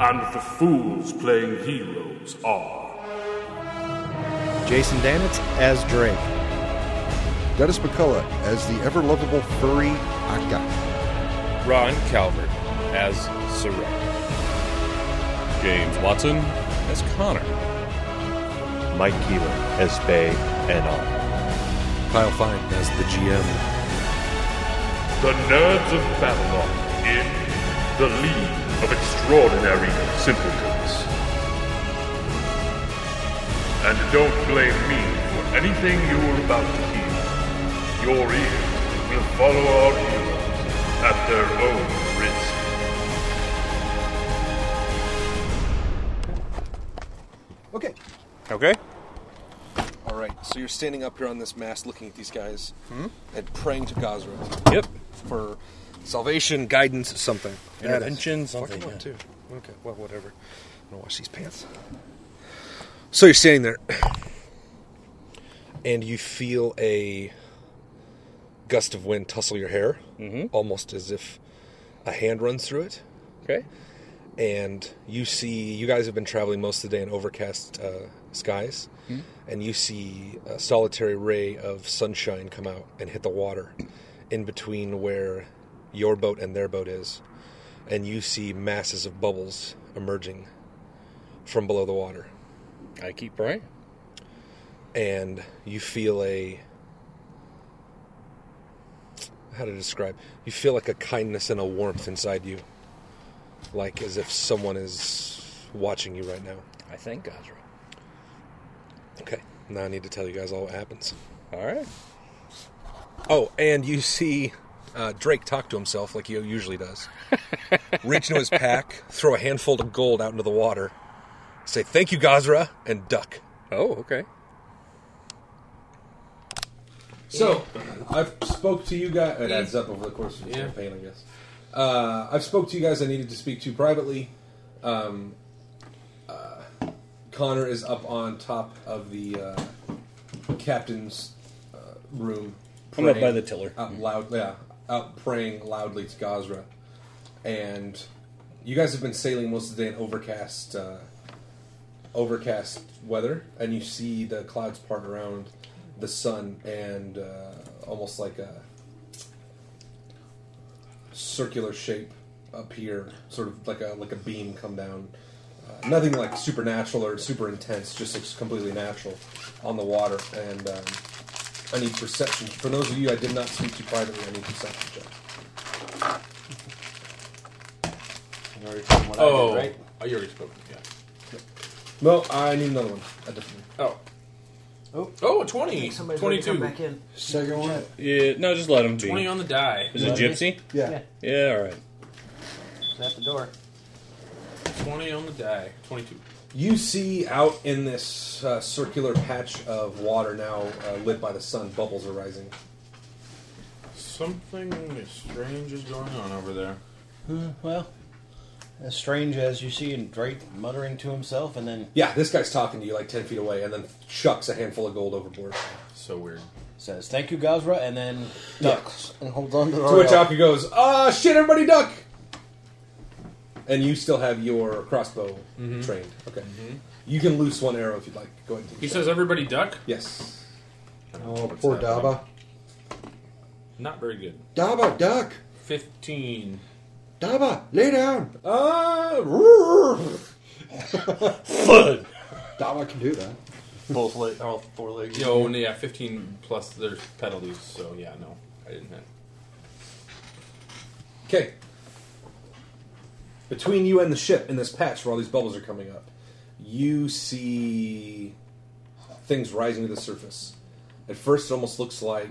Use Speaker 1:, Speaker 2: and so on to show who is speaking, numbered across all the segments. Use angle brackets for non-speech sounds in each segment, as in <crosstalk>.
Speaker 1: And the fools playing heroes are.
Speaker 2: Jason Danitz as Drake.
Speaker 3: Dennis McCullough as the ever lovable furry Akka.
Speaker 4: Ron Calvert as Sarek. James Watson as Connor.
Speaker 5: Mike Keeler as Bay and all.
Speaker 6: Kyle Fine as the GM.
Speaker 1: The Nerds of Babylon in The League of Extraordinary Simpletons. And don't blame me for anything you're about to hear. Your ears will follow our heroes at their own risk.
Speaker 3: Okay.
Speaker 4: Okay.
Speaker 6: All right, so you're standing up here on this mast looking at these guys and praying to Gazra
Speaker 4: Yep.
Speaker 6: for salvation, guidance, something.
Speaker 4: Intervention, something.
Speaker 6: Fucking
Speaker 4: yeah.
Speaker 6: one, too. Okay, well, whatever. I'm going to wash these pants. So you're standing there and you feel a gust of wind tussle your hair, almost as if a hand runs through it.
Speaker 4: Okay.
Speaker 6: and you see you guys have been traveling most of the day in overcast uh, skies
Speaker 4: Hmm?
Speaker 6: and you see a solitary ray of sunshine come out and hit the water in between where your boat and their boat is and you see masses of bubbles emerging from below the water
Speaker 4: I keep praying.
Speaker 6: and you feel a how to describe you feel like a kindness and a warmth inside you like as if someone is watching you right now
Speaker 4: I thank Gazra.
Speaker 6: okay now i need to tell you guys all what happens
Speaker 4: All right.
Speaker 6: oh and you see uh, drake talk to himself like he usually does reach into his pack throw a handful of gold out into the water say thank you gazra and duck
Speaker 4: Oh, okay.
Speaker 2: So, I've spoke to you guys. It adds up over the course of the campaign, I guess. Uh, I've spoke to you guys. I needed to speak to privately. Um, uh, Connor is up on top of the uh, captain's uh, room.
Speaker 7: I'm up
Speaker 2: praying
Speaker 7: by the tiller.
Speaker 2: Out loud, yeah, out praying loudly to Gazra, and you guys have been sailing most of the day in overcast. Uh, overcast weather, and you see the clouds part around the sun, and uh, almost like a circular shape appear, sort of like a like a beam come down. Uh, nothing like supernatural or super intense, just looks completely natural on the water. And um, I need perception. For those of you I did not speak to privately, I need perception check.
Speaker 7: Oh, oh, you already spoke. Yeah.
Speaker 2: No, I need another one. A different one.
Speaker 7: Oh. Oh, oh 20. 22.
Speaker 3: Second one.
Speaker 7: Yeah, no, just let him be.
Speaker 5: 20 on the die.
Speaker 7: Is it Gypsy?
Speaker 3: Yeah.
Speaker 7: Yeah, all right.
Speaker 5: At the door. 20 on the die. 22.
Speaker 2: You see out in this uh, circular patch of water now uh, lit by the sun, bubbles are rising.
Speaker 5: Something strange is going on over there.
Speaker 8: Well, as strange as you see in Drake muttering to himself, and then
Speaker 2: Yeah, this guy's talking to you like 10 feet away and then chucks a handful of gold overboard.
Speaker 5: So weird.
Speaker 8: says, "Thank you, Gazra," and then ducks and holds on to the
Speaker 2: To which
Speaker 8: rail.
Speaker 2: Aki goes, Ah, shit, everybody duck! And you still have your crossbow
Speaker 9: Mm-hmm.
Speaker 2: trained. Okay. You can loose one arrow if you'd like. Go ahead and take
Speaker 7: He
Speaker 2: a shot.
Speaker 7: says everybody duck.
Speaker 2: Yes.
Speaker 3: Oh, poor Daba.
Speaker 5: Not very good.
Speaker 10: Daba, duck.
Speaker 5: 15.
Speaker 10: Daba, lay down.
Speaker 2: Ah, roar.
Speaker 5: Thud.
Speaker 10: Daba can do that.
Speaker 9: Both leg, all four legs.
Speaker 5: Yo, and yeah, 15 plus there's penalties, so yeah, no. I didn't hit.
Speaker 2: Okay. Between you and the ship in this patch where all these bubbles are coming up, you see things rising to the surface. At first, it almost looks like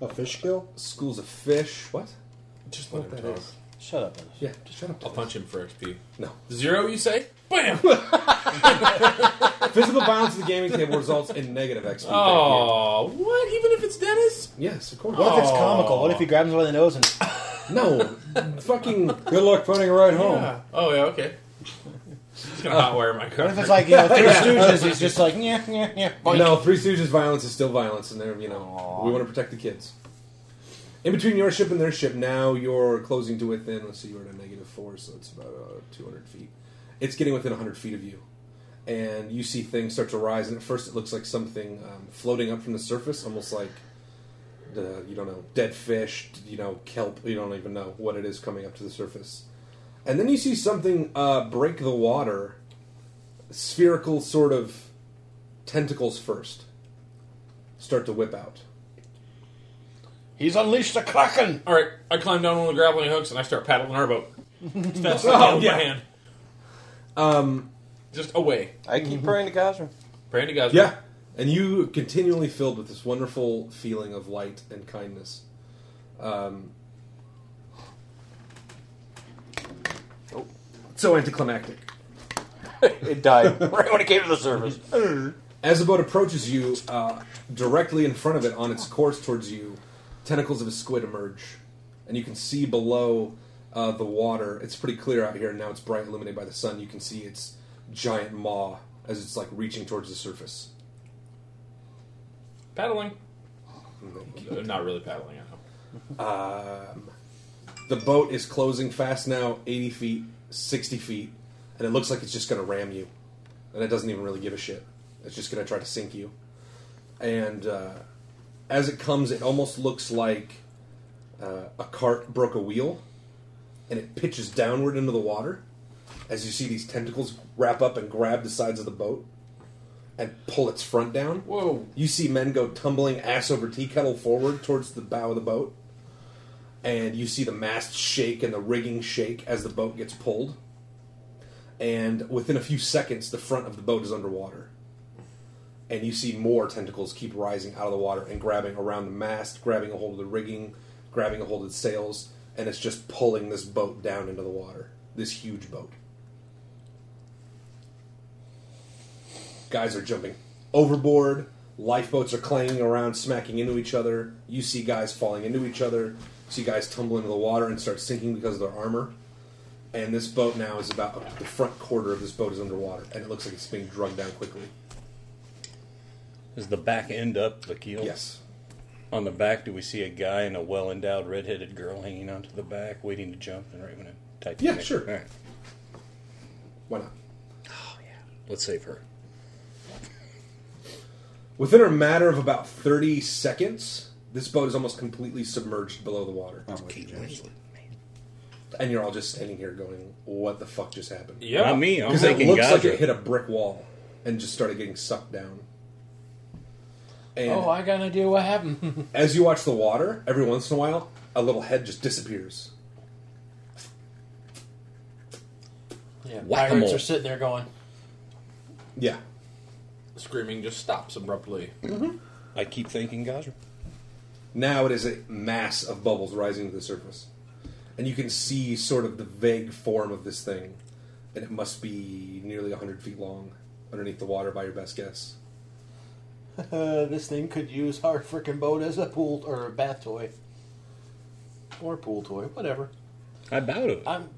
Speaker 10: a fish kill.
Speaker 2: Schools of fish. What?
Speaker 5: Just
Speaker 2: Let
Speaker 5: let
Speaker 2: him
Speaker 5: him
Speaker 2: talk.
Speaker 5: talk.
Speaker 11: Shut up.
Speaker 2: Yeah, just shut up.
Speaker 10: Oh,
Speaker 5: I'll punch him for XP.
Speaker 2: No.
Speaker 5: Zero, you say? Bam!
Speaker 2: Physical violence at the gaming table results in negative XP. Thank you.
Speaker 5: Oh, what? Even if it's Dennis?
Speaker 2: Yes, of course.
Speaker 11: What if it's comical? What if he grabs him by the nose and
Speaker 2: No, fucking.
Speaker 10: Good luck finding a ride home.
Speaker 5: Oh, yeah, okay. Just gonna
Speaker 7: Uh,
Speaker 5: hotwire my car.
Speaker 11: What if it's like you know Three Stooges? He's just like yeah, yeah, yeah.
Speaker 2: No, Three Stooges violence is still violence, and they're you know we want to protect the kids. In between your ship and their ship, now you're closing to within. Let's see, you're at a negative four, so it's about uh, 200 feet. It's getting within 100 feet of you, and you see things start to rise. And at first, it looks like something um, floating up from the surface, almost like the you don't know dead fish, you know kelp. You don't even know what it is coming up to the surface. And then you see something uh, break the water, spherical sort of tentacles first start to whip out.
Speaker 11: He's unleashed a kraken.
Speaker 5: Alright, I climb down one of the grappling hooks and I start paddling
Speaker 9: <laughs>
Speaker 5: our boat. That's
Speaker 2: Oh,
Speaker 5: oh, out of
Speaker 2: yeah.
Speaker 5: my hand.
Speaker 2: Um,
Speaker 5: Just away.
Speaker 11: I keep praying to Gosra.
Speaker 5: Praying to God's
Speaker 2: yeah, and you are continually filled with this wonderful feeling of light and kindness. Um, Oh, so anticlimactic.
Speaker 9: <laughs> It
Speaker 5: <laughs>
Speaker 9: died right when it came to the surface.
Speaker 2: As the boat approaches you, uh, directly in front of it, on its course towards you, tentacles of a squid emerge, and you can see below uh, the water. It's pretty clear out here, and now it's bright, illuminated by the sun. You can see its giant maw as it's like reaching towards the surface.
Speaker 5: Paddling. Uh, Not really paddling, I know.
Speaker 2: Um, the boat is closing fast now, 80 feet, 60 feet, and it looks like it's just going to ram you. And it doesn't even really give a shit. It's just going to try to sink you. And uh, as it comes, it almost looks like uh, a cart broke a wheel, and it pitches downward into the water as you see these tentacles wrap up and grab the sides of the boat and pull its front down.
Speaker 5: Whoa.
Speaker 2: You see men go tumbling ass over tea kettle forward towards the bow of the boat, and you see the mast shake and the rigging shake as the boat gets pulled. And within a few seconds, the front of the boat is underwater. And you see more tentacles keep rising out of the water and grabbing around the mast, grabbing a hold of the rigging, grabbing a hold of the sails, and it's just pulling this boat down into the water. This huge boat. guys are jumping overboard. Lifeboats are clanging around, smacking into each other. You see guys falling into each other. You see guys tumbling into the water and start sinking because of their armor. And this boat now is about the front quarter of this boat is underwater, and it looks like it's being dragged down quickly.
Speaker 5: Is the back end up the keel?
Speaker 2: Yes,
Speaker 5: On the back, do we see a guy and a well endowed red headed girl hanging onto the back, waiting to jump and right when it
Speaker 2: Yeah, sure. why not?
Speaker 12: Let's save her.
Speaker 2: Within a matter of about thirty seconds, this boat is almost completely submerged below the water, and you're all just standing here going, "What the fuck just happened?"
Speaker 5: Yeah. Not me. I'm
Speaker 2: Because it
Speaker 5: thinking
Speaker 2: looks like
Speaker 5: Gaza.
Speaker 2: it
Speaker 5: <laughs>
Speaker 2: hit a brick wall and just started getting sucked down. And
Speaker 9: Oh, I got an idea what happened.
Speaker 2: as you watch the water, every once in a while, a little head just disappears.
Speaker 9: yeah,
Speaker 12: Whack-a-mole.
Speaker 9: pirates are sitting there going,
Speaker 2: Yeah.
Speaker 5: <laughs> Screaming just stops abruptly.
Speaker 12: I keep thinking Gosra.
Speaker 2: Now it is a mass of bubbles rising to the surface. And you can see sort of the vague form of this thing. And it must be nearly 100 feet long underneath the water by your best guess.
Speaker 11: "Uh, this thing could use our freaking boat as a pool or a bath toy, or pool toy, whatever.
Speaker 12: I bow to it.
Speaker 9: I'm,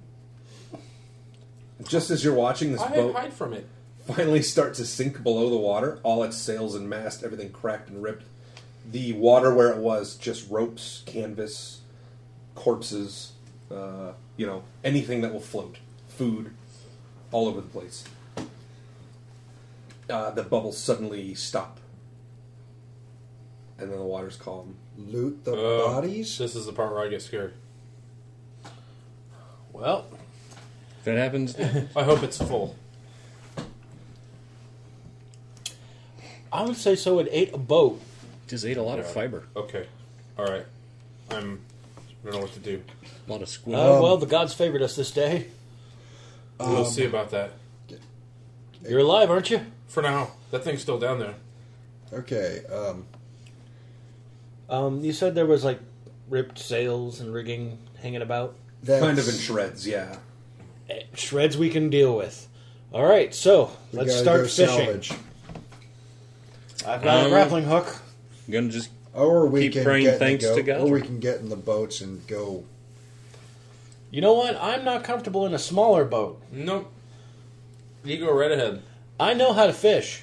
Speaker 2: Just as you're watching this
Speaker 5: I
Speaker 2: boat
Speaker 5: hide from it.
Speaker 2: finally start to sink below the water. All its sails and mast, everything cracked and ripped. The water where it was, just ropes, canvas, corpses, uh, you know, anything that will float, food, all over the place. Uh, the bubbles suddenly stop. and then the water's calm.
Speaker 3: Loot the
Speaker 5: Oh,
Speaker 3: bodies?
Speaker 5: This is the part where I get scared. Well,
Speaker 1: If that happens,
Speaker 5: I hope it's full. I would say so. It ate a boat.
Speaker 1: Just ate a lot of
Speaker 5: Yeah.
Speaker 1: fiber.
Speaker 5: Okay. All right. I'm. I don't know what to do.
Speaker 1: A lot of squid.
Speaker 11: Uh, well, the gods favored us this day.
Speaker 5: we'll
Speaker 11: Um,
Speaker 5: see about that.
Speaker 11: You're alive, aren't you?
Speaker 5: For now, that thing's still down there.
Speaker 3: Okay. Um,
Speaker 11: um, you said there was like ripped sails and rigging hanging about.
Speaker 5: Oh.
Speaker 2: Kind of in shreds, yeah.
Speaker 11: Eh, Shreds we can deal with. All right, so
Speaker 3: We
Speaker 11: let's
Speaker 3: gotta go
Speaker 11: start fishing.
Speaker 3: salvage.
Speaker 11: I've got a
Speaker 3: Um,
Speaker 11: grappling hook.
Speaker 1: Gonna just
Speaker 3: Or we
Speaker 1: keep
Speaker 3: can
Speaker 1: praying
Speaker 3: get in the
Speaker 1: thanks
Speaker 3: go-
Speaker 1: to God.
Speaker 3: Or we can get in the boats and go.
Speaker 11: You know what? I'm not comfortable in a smaller boat.
Speaker 5: Nope. You go right ahead.
Speaker 11: I know how to fish.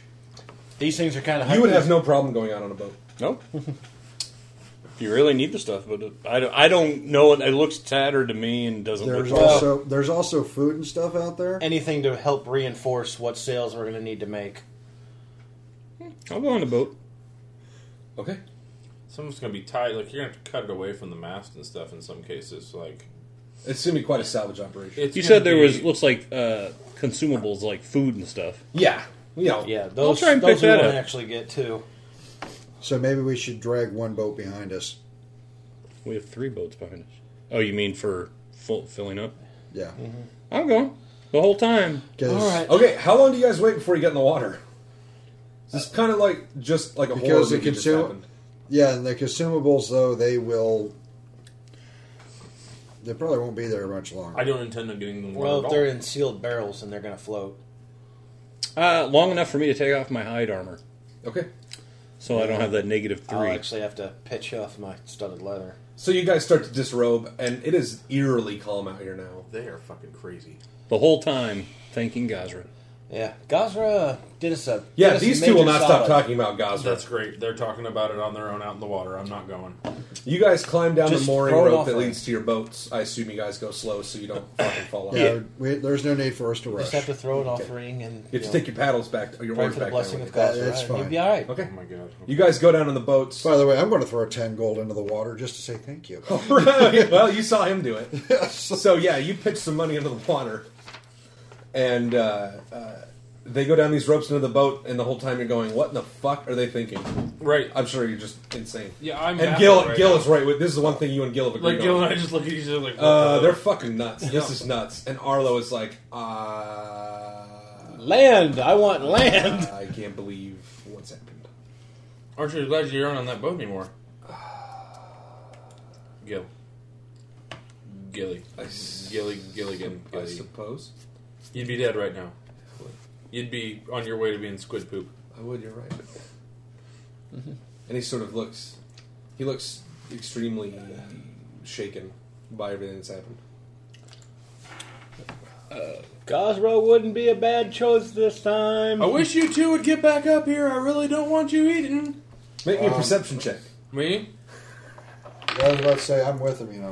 Speaker 11: These things are kind of.
Speaker 2: You would have no problem going out on a boat.
Speaker 1: Nope. If you really need the stuff, but I don't, I don't know. It looks tattered to me and doesn't
Speaker 3: There's
Speaker 1: look
Speaker 3: also there's also food and stuff out there.
Speaker 11: anything to help reinforce what sales we're going to need to make.
Speaker 1: I'll go on the boat.
Speaker 2: Okay.
Speaker 5: Someone's gonna be tied. Like you're gonna have to cut it away from the mast and stuff in some cases. Like
Speaker 2: It's gonna be quite a salvage operation.
Speaker 5: It's
Speaker 1: You
Speaker 5: gonna
Speaker 1: said there
Speaker 5: be-
Speaker 1: was looks like uh, consumables like food and stuff.
Speaker 2: Yeah, yeah,
Speaker 11: yeah.
Speaker 1: I'll
Speaker 11: Those,
Speaker 1: try and
Speaker 11: those
Speaker 1: pick
Speaker 11: we
Speaker 1: that
Speaker 11: wanna
Speaker 1: up.
Speaker 11: actually get too.
Speaker 3: So maybe we should drag one boat behind us.
Speaker 1: We have three boats behind us. Oh, you mean for full, filling up? Mm-hmm.
Speaker 3: Yeah.
Speaker 1: I'm going the whole time.
Speaker 3: 'Cause-
Speaker 2: Okay, how long do you guys wait before you get in the water? This is kind of like just like a horror
Speaker 3: Because the
Speaker 2: movie just
Speaker 3: consum-
Speaker 2: happened.
Speaker 3: yeah, and the consumables though they will. They probably won't be there much longer.
Speaker 5: I don't intend on getting them.
Speaker 11: Well, if
Speaker 5: water at
Speaker 11: they're
Speaker 5: all.
Speaker 11: in sealed barrels and they're going to float.
Speaker 1: Uh, long enough for me to take off my hide armor,
Speaker 2: Okay.
Speaker 1: so I don't have that negative three.
Speaker 11: I'll actually have to pitch off my studded leather.
Speaker 2: So you guys start to disrobe, and it is eerily calm out here now.
Speaker 5: They are fucking crazy.
Speaker 1: the whole time thanking Gazra.
Speaker 11: Yeah, Gazra did us a
Speaker 2: Yeah,
Speaker 11: did us a
Speaker 2: these two will
Speaker 11: major
Speaker 2: not
Speaker 11: solid.
Speaker 2: stop talking about Gazra.
Speaker 5: That's great. They're talking about it on their own out in the water. I'm not going. Oh
Speaker 2: You guys climb down
Speaker 5: Just
Speaker 2: the mooring
Speaker 5: throw it
Speaker 2: rope
Speaker 5: off
Speaker 2: that
Speaker 5: her.
Speaker 2: leads to your boats. I assume you guys go slow so you don't fucking fall out.
Speaker 3: Yeah, We, there's no need for us to rush.
Speaker 11: Just have to throw an
Speaker 3: Okay.
Speaker 11: offering and
Speaker 2: You have to take your paddles back, or your
Speaker 11: Pray
Speaker 2: oars
Speaker 11: for the
Speaker 2: back.
Speaker 11: blessing
Speaker 2: down
Speaker 11: of
Speaker 2: with
Speaker 11: God.
Speaker 2: you.
Speaker 3: That's
Speaker 11: right? You'll
Speaker 3: fine.
Speaker 11: be all right.
Speaker 2: Okay.
Speaker 5: Oh my god.
Speaker 2: You guys go down on the boats.
Speaker 3: By the way, I'm going to throw ten gold into the water just to say thank you.
Speaker 2: Right. <laughs> well, you saw him do it. so yeah, you pitch some money into the water, and uh, uh, they go down these ropes into the boat, and the whole time you're going, "What in the fuck are they thinking?"
Speaker 5: Right.
Speaker 2: I'm sure you're just insane.
Speaker 5: Yeah, I'm
Speaker 2: And
Speaker 5: baffled
Speaker 2: Gil,
Speaker 5: right
Speaker 2: Gil
Speaker 5: now.
Speaker 2: is right. With this is the one thing you and Gil have agreed
Speaker 5: Like Gil
Speaker 2: on.
Speaker 5: and I just look at each other like.
Speaker 2: uh,
Speaker 5: what the-
Speaker 2: they're fucking nuts. This is nuts. And Arlo is like, uh,
Speaker 11: Land, I want land. <laughs>
Speaker 2: I can't believe what's happened.
Speaker 5: Aren't you glad you aren't on that boat anymore? Gil. Gilly. Gilly Gilligan.
Speaker 2: I
Speaker 5: Gilly.
Speaker 2: suppose
Speaker 5: You'd be dead right now. You'd be on your way to being squid poop.
Speaker 2: I would. You're right. And he sort of looks. He looks extremely shaken by everything that's happened.
Speaker 11: Gazra wouldn't be a bad choice this time.
Speaker 2: Oh,
Speaker 5: I wish you two would get back up here. I really don't want you eating.
Speaker 2: Make me a perception check.
Speaker 5: Me?
Speaker 3: I was about to say I'm with him, you know.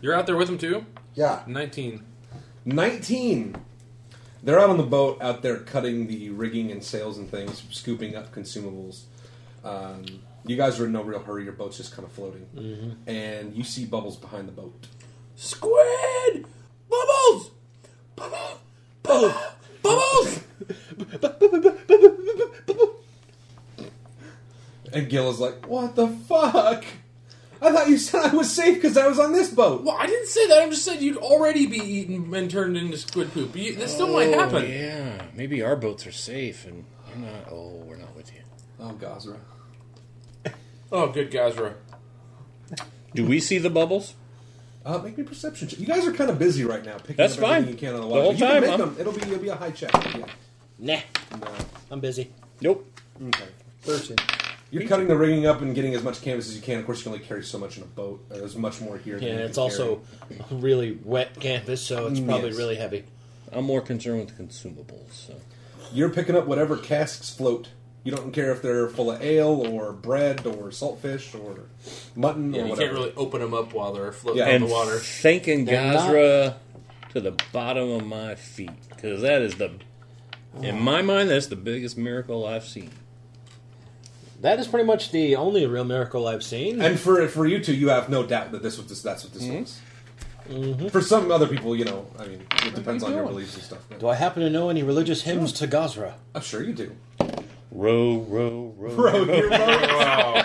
Speaker 5: You're out there with him too?
Speaker 3: Yeah.
Speaker 5: 19.
Speaker 2: 19. They're out on the boat out there cutting the rigging and sails and things, scooping up consumables. Um, you guys are in no real hurry. Your boat's just kind of floating. And you see bubbles behind the boat.
Speaker 5: Squid! Bubbles! Bubbles! Bubbles! Bubbles!
Speaker 2: And Gil is like, What the fuck? I thought you said I was safe because I was on this boat.
Speaker 5: Well, I didn't say that. I'm just saying you'd already be eaten and turned into squid poop. You, that still might
Speaker 1: Oh,
Speaker 5: happen.
Speaker 1: Yeah, maybe our boats are safe and you're not. Oh, we're not with you.
Speaker 2: Oh, Gazra.
Speaker 5: Oh, good Gazra.
Speaker 1: Do we see the bubbles?
Speaker 2: Uh, make me a perception check. You guys are kind of busy right now. Picking
Speaker 1: That's
Speaker 2: up everything
Speaker 1: fine.
Speaker 2: You can on the
Speaker 1: The
Speaker 2: water.
Speaker 1: whole
Speaker 2: you can
Speaker 1: time,
Speaker 2: make
Speaker 1: I'm-
Speaker 2: them. It'll be, it'll be a high check. Yeah.
Speaker 11: Nah,
Speaker 2: No.
Speaker 11: I'm busy.
Speaker 1: Nope.
Speaker 2: Okay.
Speaker 3: Thirteen.
Speaker 2: You're cutting the rigging up and getting as much canvas as you can. Of course, you can only carry so much in a boat. Uh, There's much more here. than
Speaker 11: Yeah,
Speaker 2: you
Speaker 11: it's
Speaker 2: can
Speaker 11: also really wet canvas, so it's probably
Speaker 2: Mm, Yes.
Speaker 11: really heavy.
Speaker 1: I'm more concerned with the consumables. So.
Speaker 2: carry. You're picking up whatever casks float. You don't care if they're full of ale or bread or saltfish or mutton
Speaker 5: Yeah,
Speaker 2: or
Speaker 5: you
Speaker 2: whatever.
Speaker 5: can't really open them up while they're floating
Speaker 2: Yeah.
Speaker 5: in
Speaker 1: And
Speaker 5: the water.
Speaker 1: thanking
Speaker 11: They're not-
Speaker 1: Gazra to the bottom of my feet because that is the, in my mind, that's the biggest miracle I've seen.
Speaker 5: That is pretty much the only real miracle I've seen.
Speaker 2: And for for you two, you have no doubt that this was this, that's what this was. For some other people, you know, I mean, it depends on your
Speaker 11: doing?
Speaker 2: beliefs and stuff. but-
Speaker 11: Do I happen to know any religious hymns to Gazra?
Speaker 2: I'm sure you do.
Speaker 7: Row, row, row.
Speaker 2: Row your boat.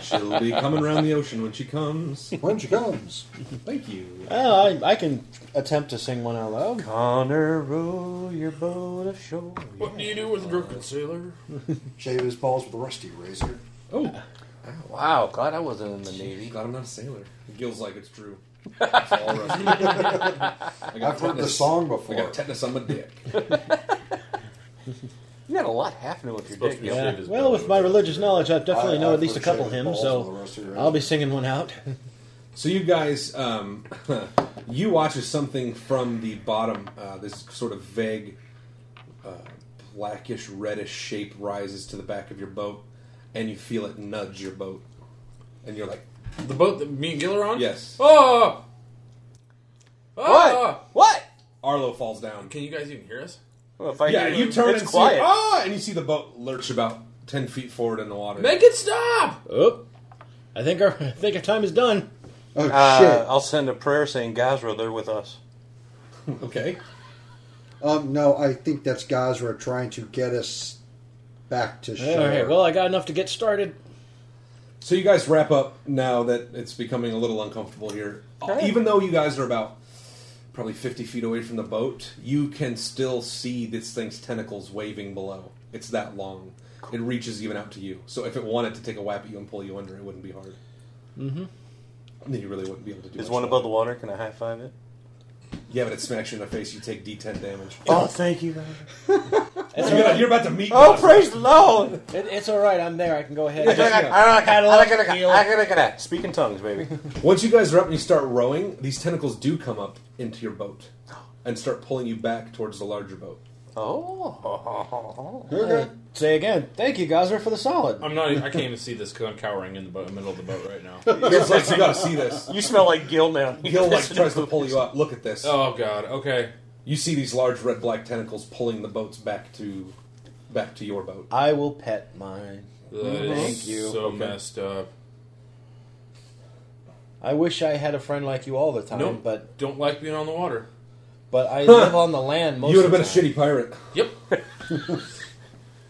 Speaker 2: She'll be coming around the ocean when she comes.
Speaker 11: When she comes.
Speaker 2: Thank you.
Speaker 11: Oh, I, I can attempt to sing one out loud.
Speaker 7: Connor, row your boat ashore.
Speaker 5: What do you do with a drunken sailor?
Speaker 11: Shave his balls with a rusty razor.
Speaker 2: Oh,
Speaker 5: Wow, glad I wasn't in the Navy.
Speaker 2: glad I'm not a sailor. Gills like it's
Speaker 5: <laughs>
Speaker 2: true. It's all rusty. I
Speaker 11: I've heard the song before.
Speaker 2: I got tetanus on my dick.
Speaker 5: You got a lot happening with your
Speaker 7: Supposed
Speaker 5: dick.
Speaker 7: to be
Speaker 5: yeah.
Speaker 7: a- his
Speaker 11: Well, with my religious knowledge, I definitely
Speaker 3: I-
Speaker 11: know
Speaker 3: I've
Speaker 11: at least a
Speaker 3: heard
Speaker 11: couple
Speaker 3: shave balls
Speaker 11: hymns, so
Speaker 3: with a rusty razor.
Speaker 11: I'll be singing one out. <laughs>
Speaker 2: So you guys, um, <laughs> you watch as something from the bottom, uh, this sort of vague, uh, blackish, reddish shape rises to the back of your boat, and you feel it nudge your boat, and you're like,
Speaker 5: The boat that me and Gil are on?
Speaker 2: "Yes."
Speaker 5: Oh! Oh!
Speaker 7: What?
Speaker 2: Arlo falls down.
Speaker 5: Can you guys even hear us?
Speaker 7: Well, if I
Speaker 2: Yeah,
Speaker 7: hear
Speaker 2: you turn
Speaker 7: it's
Speaker 2: and
Speaker 7: quiet.
Speaker 2: see, ah, and you see the boat lurch about ten feet forward in the water.
Speaker 5: Make it stop!
Speaker 11: Oh, I think our I think our time is done.
Speaker 3: Oh
Speaker 7: Uh, I'll send a prayer saying, Gazra, they're with us.
Speaker 2: <laughs> okay.
Speaker 3: shit! Um, no, I think that's Gazra trying to get us back to shore.
Speaker 11: All right. Well, I got enough to get started.
Speaker 2: So you guys wrap up now that it's becoming a little uncomfortable here. Even though you guys are about probably 50 feet away from the boat, you can still see this thing's tentacles waving below. It's that long. It reaches even out to you. So if it wanted to take a whap at you and pull you under, it wouldn't be hard. Mm-hmm. Then you really wouldn't be able to do.
Speaker 7: Is
Speaker 2: much
Speaker 7: one
Speaker 2: about
Speaker 7: above the water? Can I high five it?
Speaker 2: it. Yeah, but it smacks you in the face. You take D10 damage.
Speaker 11: Oh, thank you.
Speaker 2: You're about- you're about to meet.
Speaker 7: Oh,
Speaker 2: Gazra.
Speaker 7: praise the Lord!
Speaker 11: It, it's all right. I'm there. I can go ahead.
Speaker 7: Speak in tongues, baby.
Speaker 2: Once you guys are up and you start rowing, these tentacles do come up into your boat and start pulling you back towards the larger boat.
Speaker 7: Oh.
Speaker 11: Okay. Say again. Thank you, Gazra, for the solid.
Speaker 5: I'm not. I can't even see this because I'm cowering in the boat, middle of the boat right now.
Speaker 2: It's like, you gotta see this.
Speaker 7: You smell like Gil
Speaker 2: <laughs>
Speaker 7: now.
Speaker 2: Gil like tries to pull you up. Look at this.
Speaker 5: oh God. Okay.
Speaker 2: You see these large red black tentacles pulling the boats back to back to your boat.
Speaker 11: I will pet mine.
Speaker 5: Thank
Speaker 11: you.
Speaker 5: So messed up.
Speaker 11: I wish I had a friend like you all the time,
Speaker 5: Nope.
Speaker 11: but
Speaker 5: Don't like being on the water.
Speaker 11: but I live on the land most.
Speaker 2: You would have
Speaker 11: of
Speaker 2: been
Speaker 11: the
Speaker 2: a shitty pirate.
Speaker 5: Yep.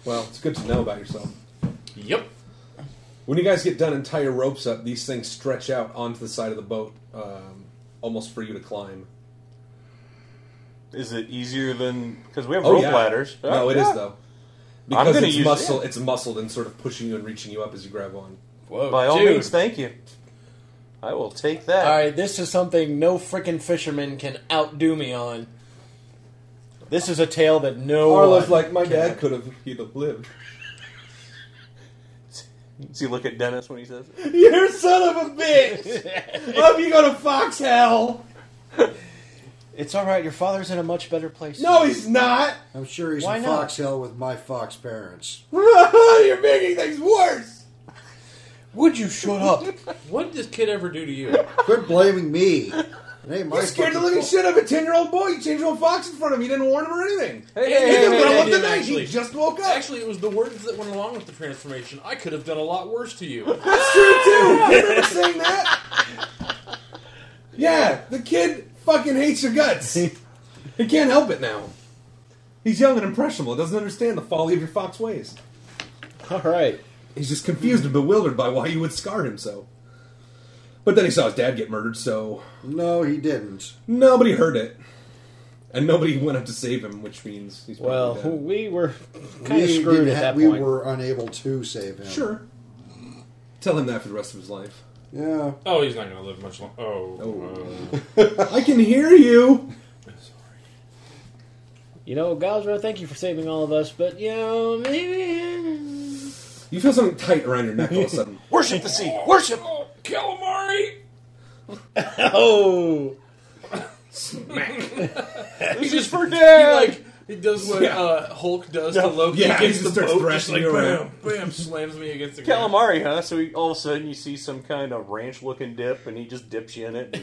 Speaker 2: Well, it's good to know about yourself.
Speaker 5: Yep.
Speaker 2: When you guys get done and tie your ropes up, these things stretch out onto the side of the boat, um, almost for you to climb.
Speaker 7: Is it easier than because we have
Speaker 2: Oh
Speaker 7: rope
Speaker 2: yeah,
Speaker 7: ladders?
Speaker 2: No, it is
Speaker 7: Yeah.
Speaker 2: though.
Speaker 7: I'm
Speaker 2: Because
Speaker 7: gonna
Speaker 2: it's
Speaker 7: use
Speaker 2: muscle,
Speaker 7: it.
Speaker 2: it's muscled and sort of pushing you and reaching you up as you grab on.
Speaker 5: Whoa.
Speaker 7: By all
Speaker 5: dude.
Speaker 7: means, thank you. I will take that.
Speaker 11: All right, this is something no frickin' fisherman can outdo me on. This is a tale that
Speaker 5: Oh,
Speaker 11: no.
Speaker 2: Arlo's
Speaker 11: one
Speaker 2: like, my
Speaker 11: can
Speaker 2: dad
Speaker 11: out-
Speaker 2: could have, he'd have lived.
Speaker 7: Does he look at Dennis when he says it?
Speaker 2: <laughs> You son of a
Speaker 5: <laughs>
Speaker 2: bitch! Up you go to Fox Hell!
Speaker 11: It's all right. Your father's in a much better place.
Speaker 2: No, he's not! <laughs>
Speaker 3: I'm sure he's
Speaker 11: Why
Speaker 3: in
Speaker 11: not?
Speaker 3: Fox Hill with my Fox parents.
Speaker 2: You're making things worse!
Speaker 11: Would you shut up?
Speaker 5: What did this kid ever do to you?
Speaker 3: <laughs> Quit blaming me. It ain't my
Speaker 2: You scared the
Speaker 3: fucking
Speaker 2: living
Speaker 3: fault.
Speaker 2: shit out of a 10 year old boy! You changed old Fox in front of him, you didn't warn him or anything!
Speaker 5: Hey,
Speaker 2: In
Speaker 5: hey,
Speaker 2: the
Speaker 5: hey,
Speaker 2: middle
Speaker 5: hey,
Speaker 2: of
Speaker 5: I
Speaker 2: the
Speaker 5: did,
Speaker 2: night,
Speaker 5: actually.
Speaker 2: he just woke up!
Speaker 5: Actually, it was the words that went along with the transformation. I could have done a lot worse to you.
Speaker 2: That's true too! I remember saying that! Yeah, the kid fucking hates your guts! He can't help it now. He's young and impressionable, doesn't understand the folly of your Fox ways.
Speaker 11: all right.
Speaker 2: He's just confused and bewildered by why you would scar him so. But then he saw his dad get murdered, so
Speaker 3: No, he didn't.
Speaker 2: nobody heard it, and nobody went up to save him, which means he's probably
Speaker 11: Well,
Speaker 2: dead.
Speaker 11: we were kind of
Speaker 3: we
Speaker 11: screwed
Speaker 3: didn't
Speaker 11: at
Speaker 3: ha-
Speaker 11: that
Speaker 3: we
Speaker 11: point.
Speaker 3: were unable to save him.
Speaker 2: sure. Tell him that for the rest of his life.
Speaker 3: Yeah.
Speaker 5: oh, he's not going to live much longer. Oh. um, uh,
Speaker 2: I can hear you.
Speaker 11: You know, Gazra, thank you for saving all of us, but you know, maybe. uh,
Speaker 2: You feel something tight around your neck all of a sudden.
Speaker 7: Worship the sea. Worship.
Speaker 5: oh,
Speaker 2: <laughs>
Speaker 5: calamari!
Speaker 11: Oh,
Speaker 5: <laughs>
Speaker 7: This is for dad.
Speaker 5: Like, he does what
Speaker 2: Yeah.
Speaker 5: uh, Hulk does to Loki.
Speaker 2: Yeah, he
Speaker 5: against
Speaker 2: just
Speaker 5: the
Speaker 2: starts
Speaker 5: boat, just
Speaker 2: thrashing
Speaker 5: like,
Speaker 2: you
Speaker 5: bam,
Speaker 2: around.
Speaker 5: bam, slams me against the ground.
Speaker 7: Calamari, huh? So he, all of a sudden you see some kind of ranch-looking dip, and he just dips you in it.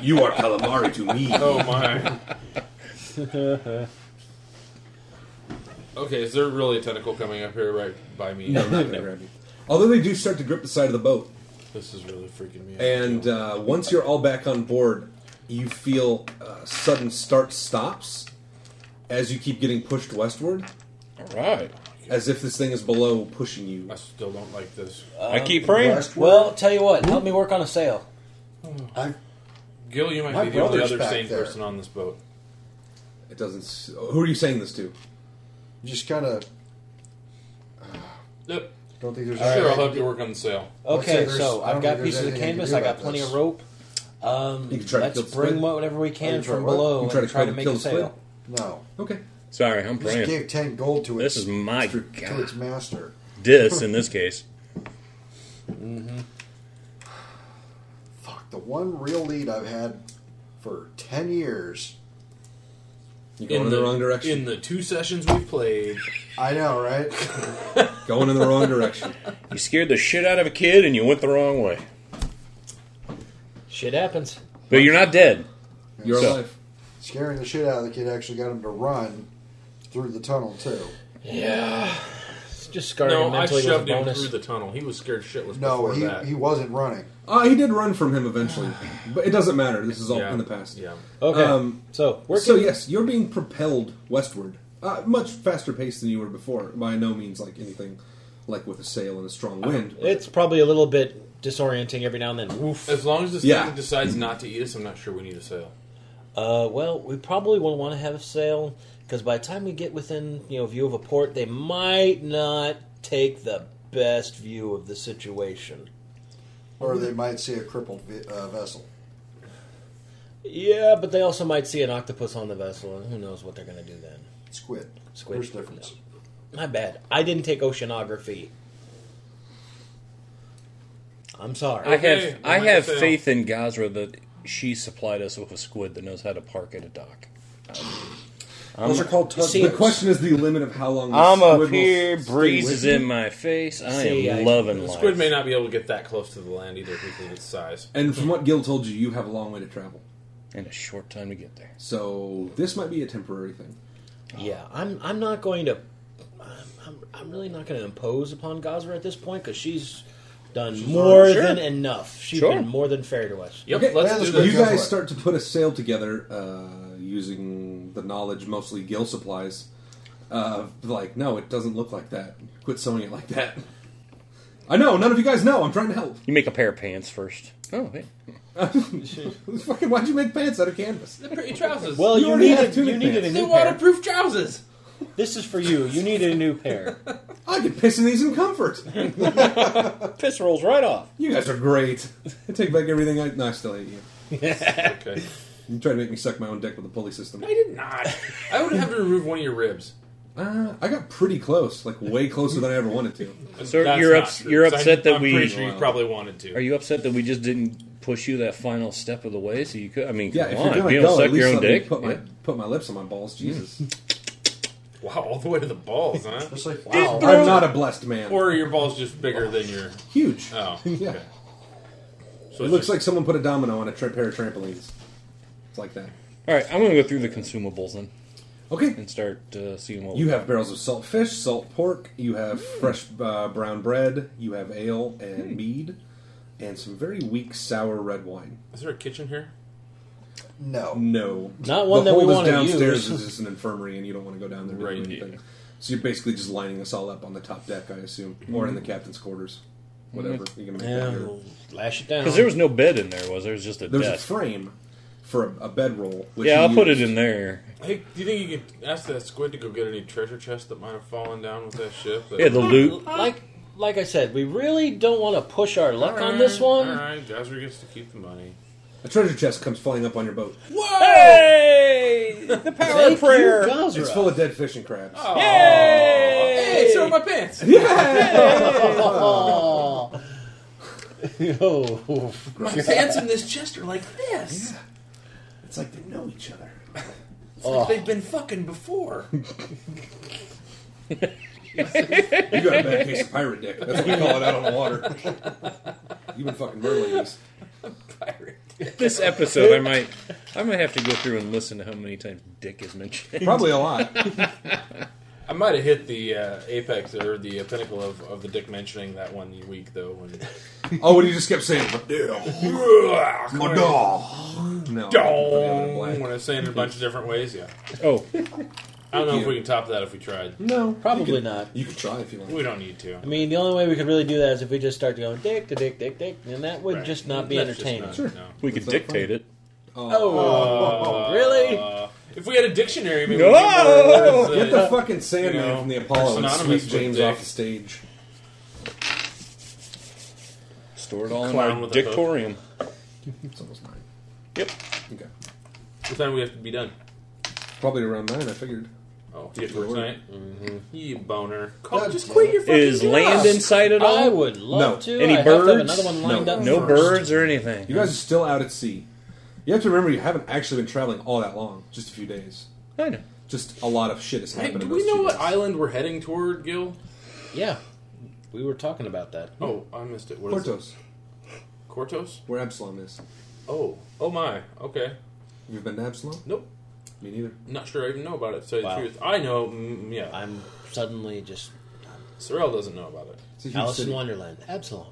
Speaker 2: You are <laughs> calamari to me.
Speaker 5: Oh, my. Okay, is there really a tentacle coming up here right by me?
Speaker 2: No, I'm not gonna grab you. Although they do start to grip the side of the boat.
Speaker 5: This is really freaking me out.
Speaker 2: And uh, once you're all back on board, you feel uh, sudden start stops as you keep getting pushed westward. All
Speaker 5: right.
Speaker 2: As if this thing is below pushing you. I
Speaker 5: still don't like this.
Speaker 1: I keep praying.
Speaker 11: Well, tell you what, help me work on a sail.
Speaker 3: I,
Speaker 5: Gil, you might
Speaker 3: My
Speaker 5: be the only
Speaker 3: brother's
Speaker 5: other
Speaker 3: back
Speaker 5: sane
Speaker 3: there.
Speaker 5: person on this boat.
Speaker 2: It doesn't. s- Who are you saying this to?
Speaker 3: Just kind of.
Speaker 5: Yep.
Speaker 3: Don't think there's.
Speaker 5: Sure, I'll help you work on the sail.
Speaker 11: Okay, so I've got pieces of canvas. I got plenty of rope. Um,
Speaker 5: You can try to
Speaker 11: let's
Speaker 5: kill the
Speaker 11: bring
Speaker 5: squid.
Speaker 11: whatever we
Speaker 5: Oh,
Speaker 11: can
Speaker 5: you try
Speaker 11: from
Speaker 5: what?
Speaker 11: below
Speaker 5: You try
Speaker 11: and
Speaker 5: to
Speaker 11: try to
Speaker 5: kill-
Speaker 11: make
Speaker 5: kill
Speaker 11: a
Speaker 5: the squid?
Speaker 11: sail.
Speaker 3: No.
Speaker 2: Okay.
Speaker 1: Sorry, I'm
Speaker 3: You just
Speaker 1: praying.
Speaker 3: gave 10 gold to
Speaker 1: This
Speaker 3: its-
Speaker 1: is my
Speaker 3: to
Speaker 1: God.
Speaker 3: its master.
Speaker 1: Dis in this case.
Speaker 11: Mm-hmm.
Speaker 3: Fuck, the one real lead I've had for 10 years.
Speaker 2: You're going in, the, wrong direction.
Speaker 5: In the two sessions we played,
Speaker 3: I know, right?
Speaker 2: going in the wrong direction.
Speaker 1: You scared the shit out of a kid and you went the wrong way.
Speaker 11: Shit happens.
Speaker 1: But you're not dead.
Speaker 2: You're
Speaker 1: So-
Speaker 2: alive.
Speaker 3: Scaring the shit out of the kid actually got him to run through the tunnel, too.
Speaker 11: Yeah. Just scarred
Speaker 5: no,
Speaker 11: him
Speaker 5: I
Speaker 11: mentally
Speaker 5: shoved
Speaker 11: was a
Speaker 5: him
Speaker 11: bonus.
Speaker 5: through the tunnel. He was scared shitless
Speaker 3: No,
Speaker 5: before
Speaker 3: he,
Speaker 5: that.
Speaker 3: he wasn't running.
Speaker 2: Uh, he did run from him eventually, but it doesn't matter. This is all in the past. Um,
Speaker 5: Yeah.
Speaker 11: Okay, so Um, we're
Speaker 2: so
Speaker 11: getting-
Speaker 2: yes, you're being propelled westward, uh, much faster pace than you were before. By no means like anything like with a sail and a strong
Speaker 3: Uh,
Speaker 2: wind.
Speaker 11: It's probably a little bit disorienting every now and then. Woof.
Speaker 5: As long as this
Speaker 2: Yeah.
Speaker 5: thing decides not to eat us, I'm not sure we need a sail.
Speaker 11: Uh, well, we probably will want to have a sail because by the time we get within you know view of a port, they might not take the best view of the situation.
Speaker 3: Or they might see a crippled vi- uh, vessel.
Speaker 11: Yeah, but they also might see an octopus on the vessel, and who knows what they're going to do then.
Speaker 3: Squid.
Speaker 11: Squid.
Speaker 3: There's difference.
Speaker 11: My bad. I didn't take oceanography. I'm sorry.
Speaker 1: I have I have faith in Gazra that she supplied us with a squid that knows how to park at a dock. Um,
Speaker 2: Those are called tugs. The question is the limit of how long. the
Speaker 1: I'm
Speaker 2: squid
Speaker 1: up
Speaker 2: will
Speaker 1: here,
Speaker 2: stay
Speaker 1: breeze
Speaker 2: with
Speaker 1: is
Speaker 2: you.
Speaker 1: in my face. I
Speaker 2: See, I-
Speaker 1: am loving
Speaker 5: The
Speaker 1: life.
Speaker 5: squid may not be able to get that close to the land either because of its size.
Speaker 2: And from what Gil told you, you have a long way to travel
Speaker 1: and a short time to get there.
Speaker 2: So this might be a temporary thing.
Speaker 11: Yeah, I'm. I'm not going to. I'm, I'm, I'm really not going to impose upon Gazra at this point because she's done more
Speaker 2: already- Sure.
Speaker 11: than enough. She's
Speaker 2: Sure.
Speaker 11: been more than fair to us.
Speaker 2: Okay, You guys start to put a sail together uh, using the knowledge, mostly Gil supplies. Uh, like, no, it doesn't look like that. Quit sewing it like that. I know. None of you guys know. I'm trying to help. <laughs>
Speaker 1: You make a pair of pants first. Oh, hey.
Speaker 2: Fucking, why'd you make pants out of canvas?
Speaker 5: The pretty trousers.
Speaker 11: Well, you,
Speaker 2: already have
Speaker 11: needed
Speaker 2: tunic
Speaker 11: you needed a
Speaker 2: pants.
Speaker 11: new
Speaker 5: They're
Speaker 11: pair.
Speaker 1: <laughs>
Speaker 5: waterproof trousers.
Speaker 11: This is for you. You needed a new pair.
Speaker 2: I could piss in these in comfort. <laughs>
Speaker 1: Piss rolls right off.
Speaker 2: You guys are great. I take back everything. I, no, I still hate you.
Speaker 5: okay.
Speaker 2: You try to make me suck my own dick with a pulley system.
Speaker 5: I did not. I would have to remove one of your ribs.
Speaker 2: Uh, I got pretty close, like way closer than I ever wanted to.
Speaker 1: So
Speaker 5: That's
Speaker 1: you're
Speaker 5: not
Speaker 1: ups-
Speaker 5: true,
Speaker 1: you're
Speaker 5: 'cause I'm-
Speaker 1: upset that
Speaker 5: I'm
Speaker 1: we
Speaker 5: pretty sure you probably wanted to.
Speaker 1: Are you upset that we just didn't push you that final step of the way so you could? I mean,
Speaker 2: Yeah,
Speaker 1: come
Speaker 2: if
Speaker 1: on,
Speaker 2: you're gonna
Speaker 1: you
Speaker 2: go,
Speaker 1: don't
Speaker 2: at
Speaker 1: suck
Speaker 2: least
Speaker 1: your own
Speaker 2: let me
Speaker 1: dick.
Speaker 2: put my
Speaker 1: Yeah.
Speaker 2: put my lips on my balls. Jesus,
Speaker 5: Wow, all the way to the balls, huh?
Speaker 3: Just like,
Speaker 2: wow. I'm not a blessed man.
Speaker 5: <laughs> Or are your balls just bigger than your
Speaker 2: Huge. <laughs>
Speaker 5: Oh,
Speaker 2: Yeah.
Speaker 5: okay. So
Speaker 2: it
Speaker 5: it's
Speaker 2: looks
Speaker 5: just-
Speaker 2: like someone put a domino on a tra- pair of trampolines. It's like that.
Speaker 1: All right, I'm going to go through the consumables then.
Speaker 2: Okay,
Speaker 1: and start uh, seeing what
Speaker 2: You have barrels of salt fish, salt pork. You have
Speaker 11: Hmm.
Speaker 2: fresh uh, brown bread. You have ale and mead, and some very weak sour red wine.
Speaker 5: Is there a kitchen here?
Speaker 3: No,
Speaker 2: no,
Speaker 11: Oh. Not one
Speaker 2: the
Speaker 11: that we
Speaker 2: hold is
Speaker 11: wanna <laughs>
Speaker 2: downstairs
Speaker 11: use.
Speaker 2: is just an infirmary, and you don't want to go down there to
Speaker 5: Right,
Speaker 2: do anything. So you're basically just lining us all up on the top deck, I assume, or in the captain's quarters, whatever.
Speaker 1: Mhm.
Speaker 2: You're gonna make
Speaker 11: Hmm. Yeah,
Speaker 2: that your-
Speaker 11: we'll lash it down.
Speaker 1: because there was no bed in there. Was there It was just a
Speaker 2: There's a
Speaker 1: desk?
Speaker 2: frame for a, a bedroll. which
Speaker 1: yeah,
Speaker 2: you
Speaker 1: I'll put it
Speaker 2: used.
Speaker 1: in there.
Speaker 5: Hey, do you think you could ask that squid to go get any treasure chest that might have fallen down with that ship?
Speaker 1: <laughs>
Speaker 5: That-
Speaker 1: Yeah, the loot.
Speaker 11: Like like I said, we really don't want to push our luck on this one.
Speaker 5: All right, Gazra gets to keep the money.
Speaker 2: A treasure chest comes flying up on your boat.
Speaker 5: Whoa!
Speaker 1: Hey! The
Speaker 5: power Thank of prayer. you, Gazra.
Speaker 2: It's full of dead fish and crabs.
Speaker 5: Oh. Hey, so are my pants.
Speaker 11: Yo.
Speaker 5: My pants in this chest are like this.
Speaker 2: It's like they know each other.
Speaker 5: It's
Speaker 2: Oh.
Speaker 5: like they've been fucking before. <laughs>
Speaker 2: You got a bad case of pirate dick. That's what we call it out on the <laughs> water. You've been fucking merladies.
Speaker 1: This episode, I might, I might have to go through and listen to how many times "dick" is mentioned.
Speaker 2: Probably a lot.
Speaker 5: I might have hit the uh, apex or the uh, pinnacle of, of the dick mentioning that one week though.
Speaker 1: <laughs>
Speaker 5: When
Speaker 2: Oh, when you just kept saying, "My dog." My dog. No.
Speaker 5: Dong. When I was saying it a bunch of different ways, yeah.
Speaker 1: Oh,
Speaker 5: I don't know
Speaker 11: You-
Speaker 5: if we can top that if we tried.
Speaker 2: No,
Speaker 11: Probably not.
Speaker 2: You could try if you want.
Speaker 5: We don't need to.
Speaker 11: I mean, the only way we could really do that is if we just start to go dick to dick dick dick, and that would
Speaker 5: Right.
Speaker 11: just not be
Speaker 5: That's just
Speaker 11: entertaining.
Speaker 5: not- Sure. no.
Speaker 1: We could
Speaker 5: Is that
Speaker 1: dictate it.
Speaker 5: Oh,
Speaker 11: really?
Speaker 2: Uh,
Speaker 5: If we had a dictionary, maybe.
Speaker 2: No!
Speaker 5: we could more words, uh,
Speaker 2: Get the
Speaker 5: you
Speaker 2: fucking Sandman
Speaker 5: know,
Speaker 2: from the
Speaker 5: are
Speaker 2: Apollo and
Speaker 5: synonymous
Speaker 2: sweep
Speaker 5: with
Speaker 2: James
Speaker 5: dick.
Speaker 2: off the stage.
Speaker 1: Store it all in
Speaker 5: Clown
Speaker 1: our
Speaker 5: with a hook.
Speaker 1: dictorium.
Speaker 2: It's almost nine.
Speaker 1: Yep.
Speaker 2: Okay.
Speaker 5: What time do we have to be done?
Speaker 2: Probably around nine. I figured.
Speaker 5: Oh, you have to work tonight. Mm-hmm. You boner. Call,
Speaker 2: God
Speaker 5: just
Speaker 2: damn
Speaker 5: quit
Speaker 2: it.
Speaker 5: your fucking Oh.
Speaker 1: Is
Speaker 5: job.
Speaker 1: land in sight at all?
Speaker 11: I would love
Speaker 2: No.
Speaker 11: to.
Speaker 1: Any
Speaker 11: I have to have
Speaker 1: birds?
Speaker 11: another one lined
Speaker 2: No.
Speaker 11: up.
Speaker 1: No
Speaker 11: first.
Speaker 1: birds or anything.
Speaker 2: You guys are still out at sea. You have to remember you haven't actually been traveling all that long. Just a few days.
Speaker 1: I know.
Speaker 2: Just a lot of shit has
Speaker 5: Hey,
Speaker 2: happened.
Speaker 5: do
Speaker 2: in
Speaker 5: we
Speaker 2: those
Speaker 5: know
Speaker 2: few
Speaker 5: what
Speaker 2: days.
Speaker 5: island we're heading toward, Gil?
Speaker 11: Yeah, we were talking about that.
Speaker 5: Oh, I missed it. What is
Speaker 2: Portos,
Speaker 5: it? Cortos?
Speaker 2: where Absalom is.
Speaker 5: Oh, oh my. Okay.
Speaker 2: You've been to Absalom?
Speaker 5: Nope.
Speaker 2: Me neither.
Speaker 5: Not sure I even know about it. To tell you
Speaker 11: Wow.
Speaker 5: the truth, I know. Mm, yeah,
Speaker 11: I'm suddenly just
Speaker 5: Sorrel doesn't know about it.
Speaker 2: It's a huge
Speaker 11: Alice
Speaker 2: city.
Speaker 11: in Wonderland. Absalom,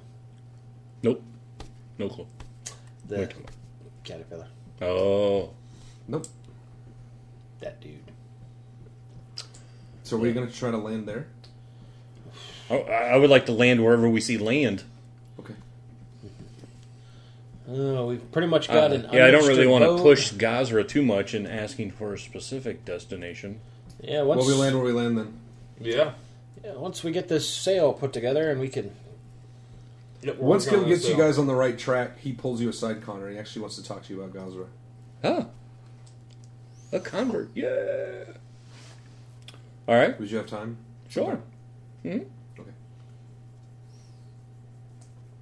Speaker 1: Nope. No clue.
Speaker 11: the
Speaker 1: Wait.
Speaker 11: caterpillar,
Speaker 1: Oh.
Speaker 2: Nope.
Speaker 11: that dude.
Speaker 2: So are we going to try to land there?
Speaker 1: Oh, I I would like to land wherever we see land.
Speaker 2: Okay.
Speaker 11: Oh, we've pretty much got
Speaker 1: Uh,
Speaker 11: an.
Speaker 1: yeah, I don't really
Speaker 11: unregistered
Speaker 1: want to
Speaker 11: boat.
Speaker 1: push Gazra too much in asking for a specific destination.
Speaker 11: Yeah, once
Speaker 2: Well, we land where we land then.
Speaker 5: Yeah.
Speaker 11: yeah, once we get this sail put together and we can.
Speaker 5: Yep, we're
Speaker 2: Once
Speaker 5: working
Speaker 2: Gil
Speaker 5: on
Speaker 2: gets
Speaker 5: this,
Speaker 2: you
Speaker 5: so-
Speaker 2: guys on the right track, he pulls you aside, Connor. He actually wants to talk to you about Gazra.
Speaker 1: Oh. A convert. Yeah. All right.
Speaker 2: Would you have time?
Speaker 1: Sure. hmm
Speaker 2: Okay.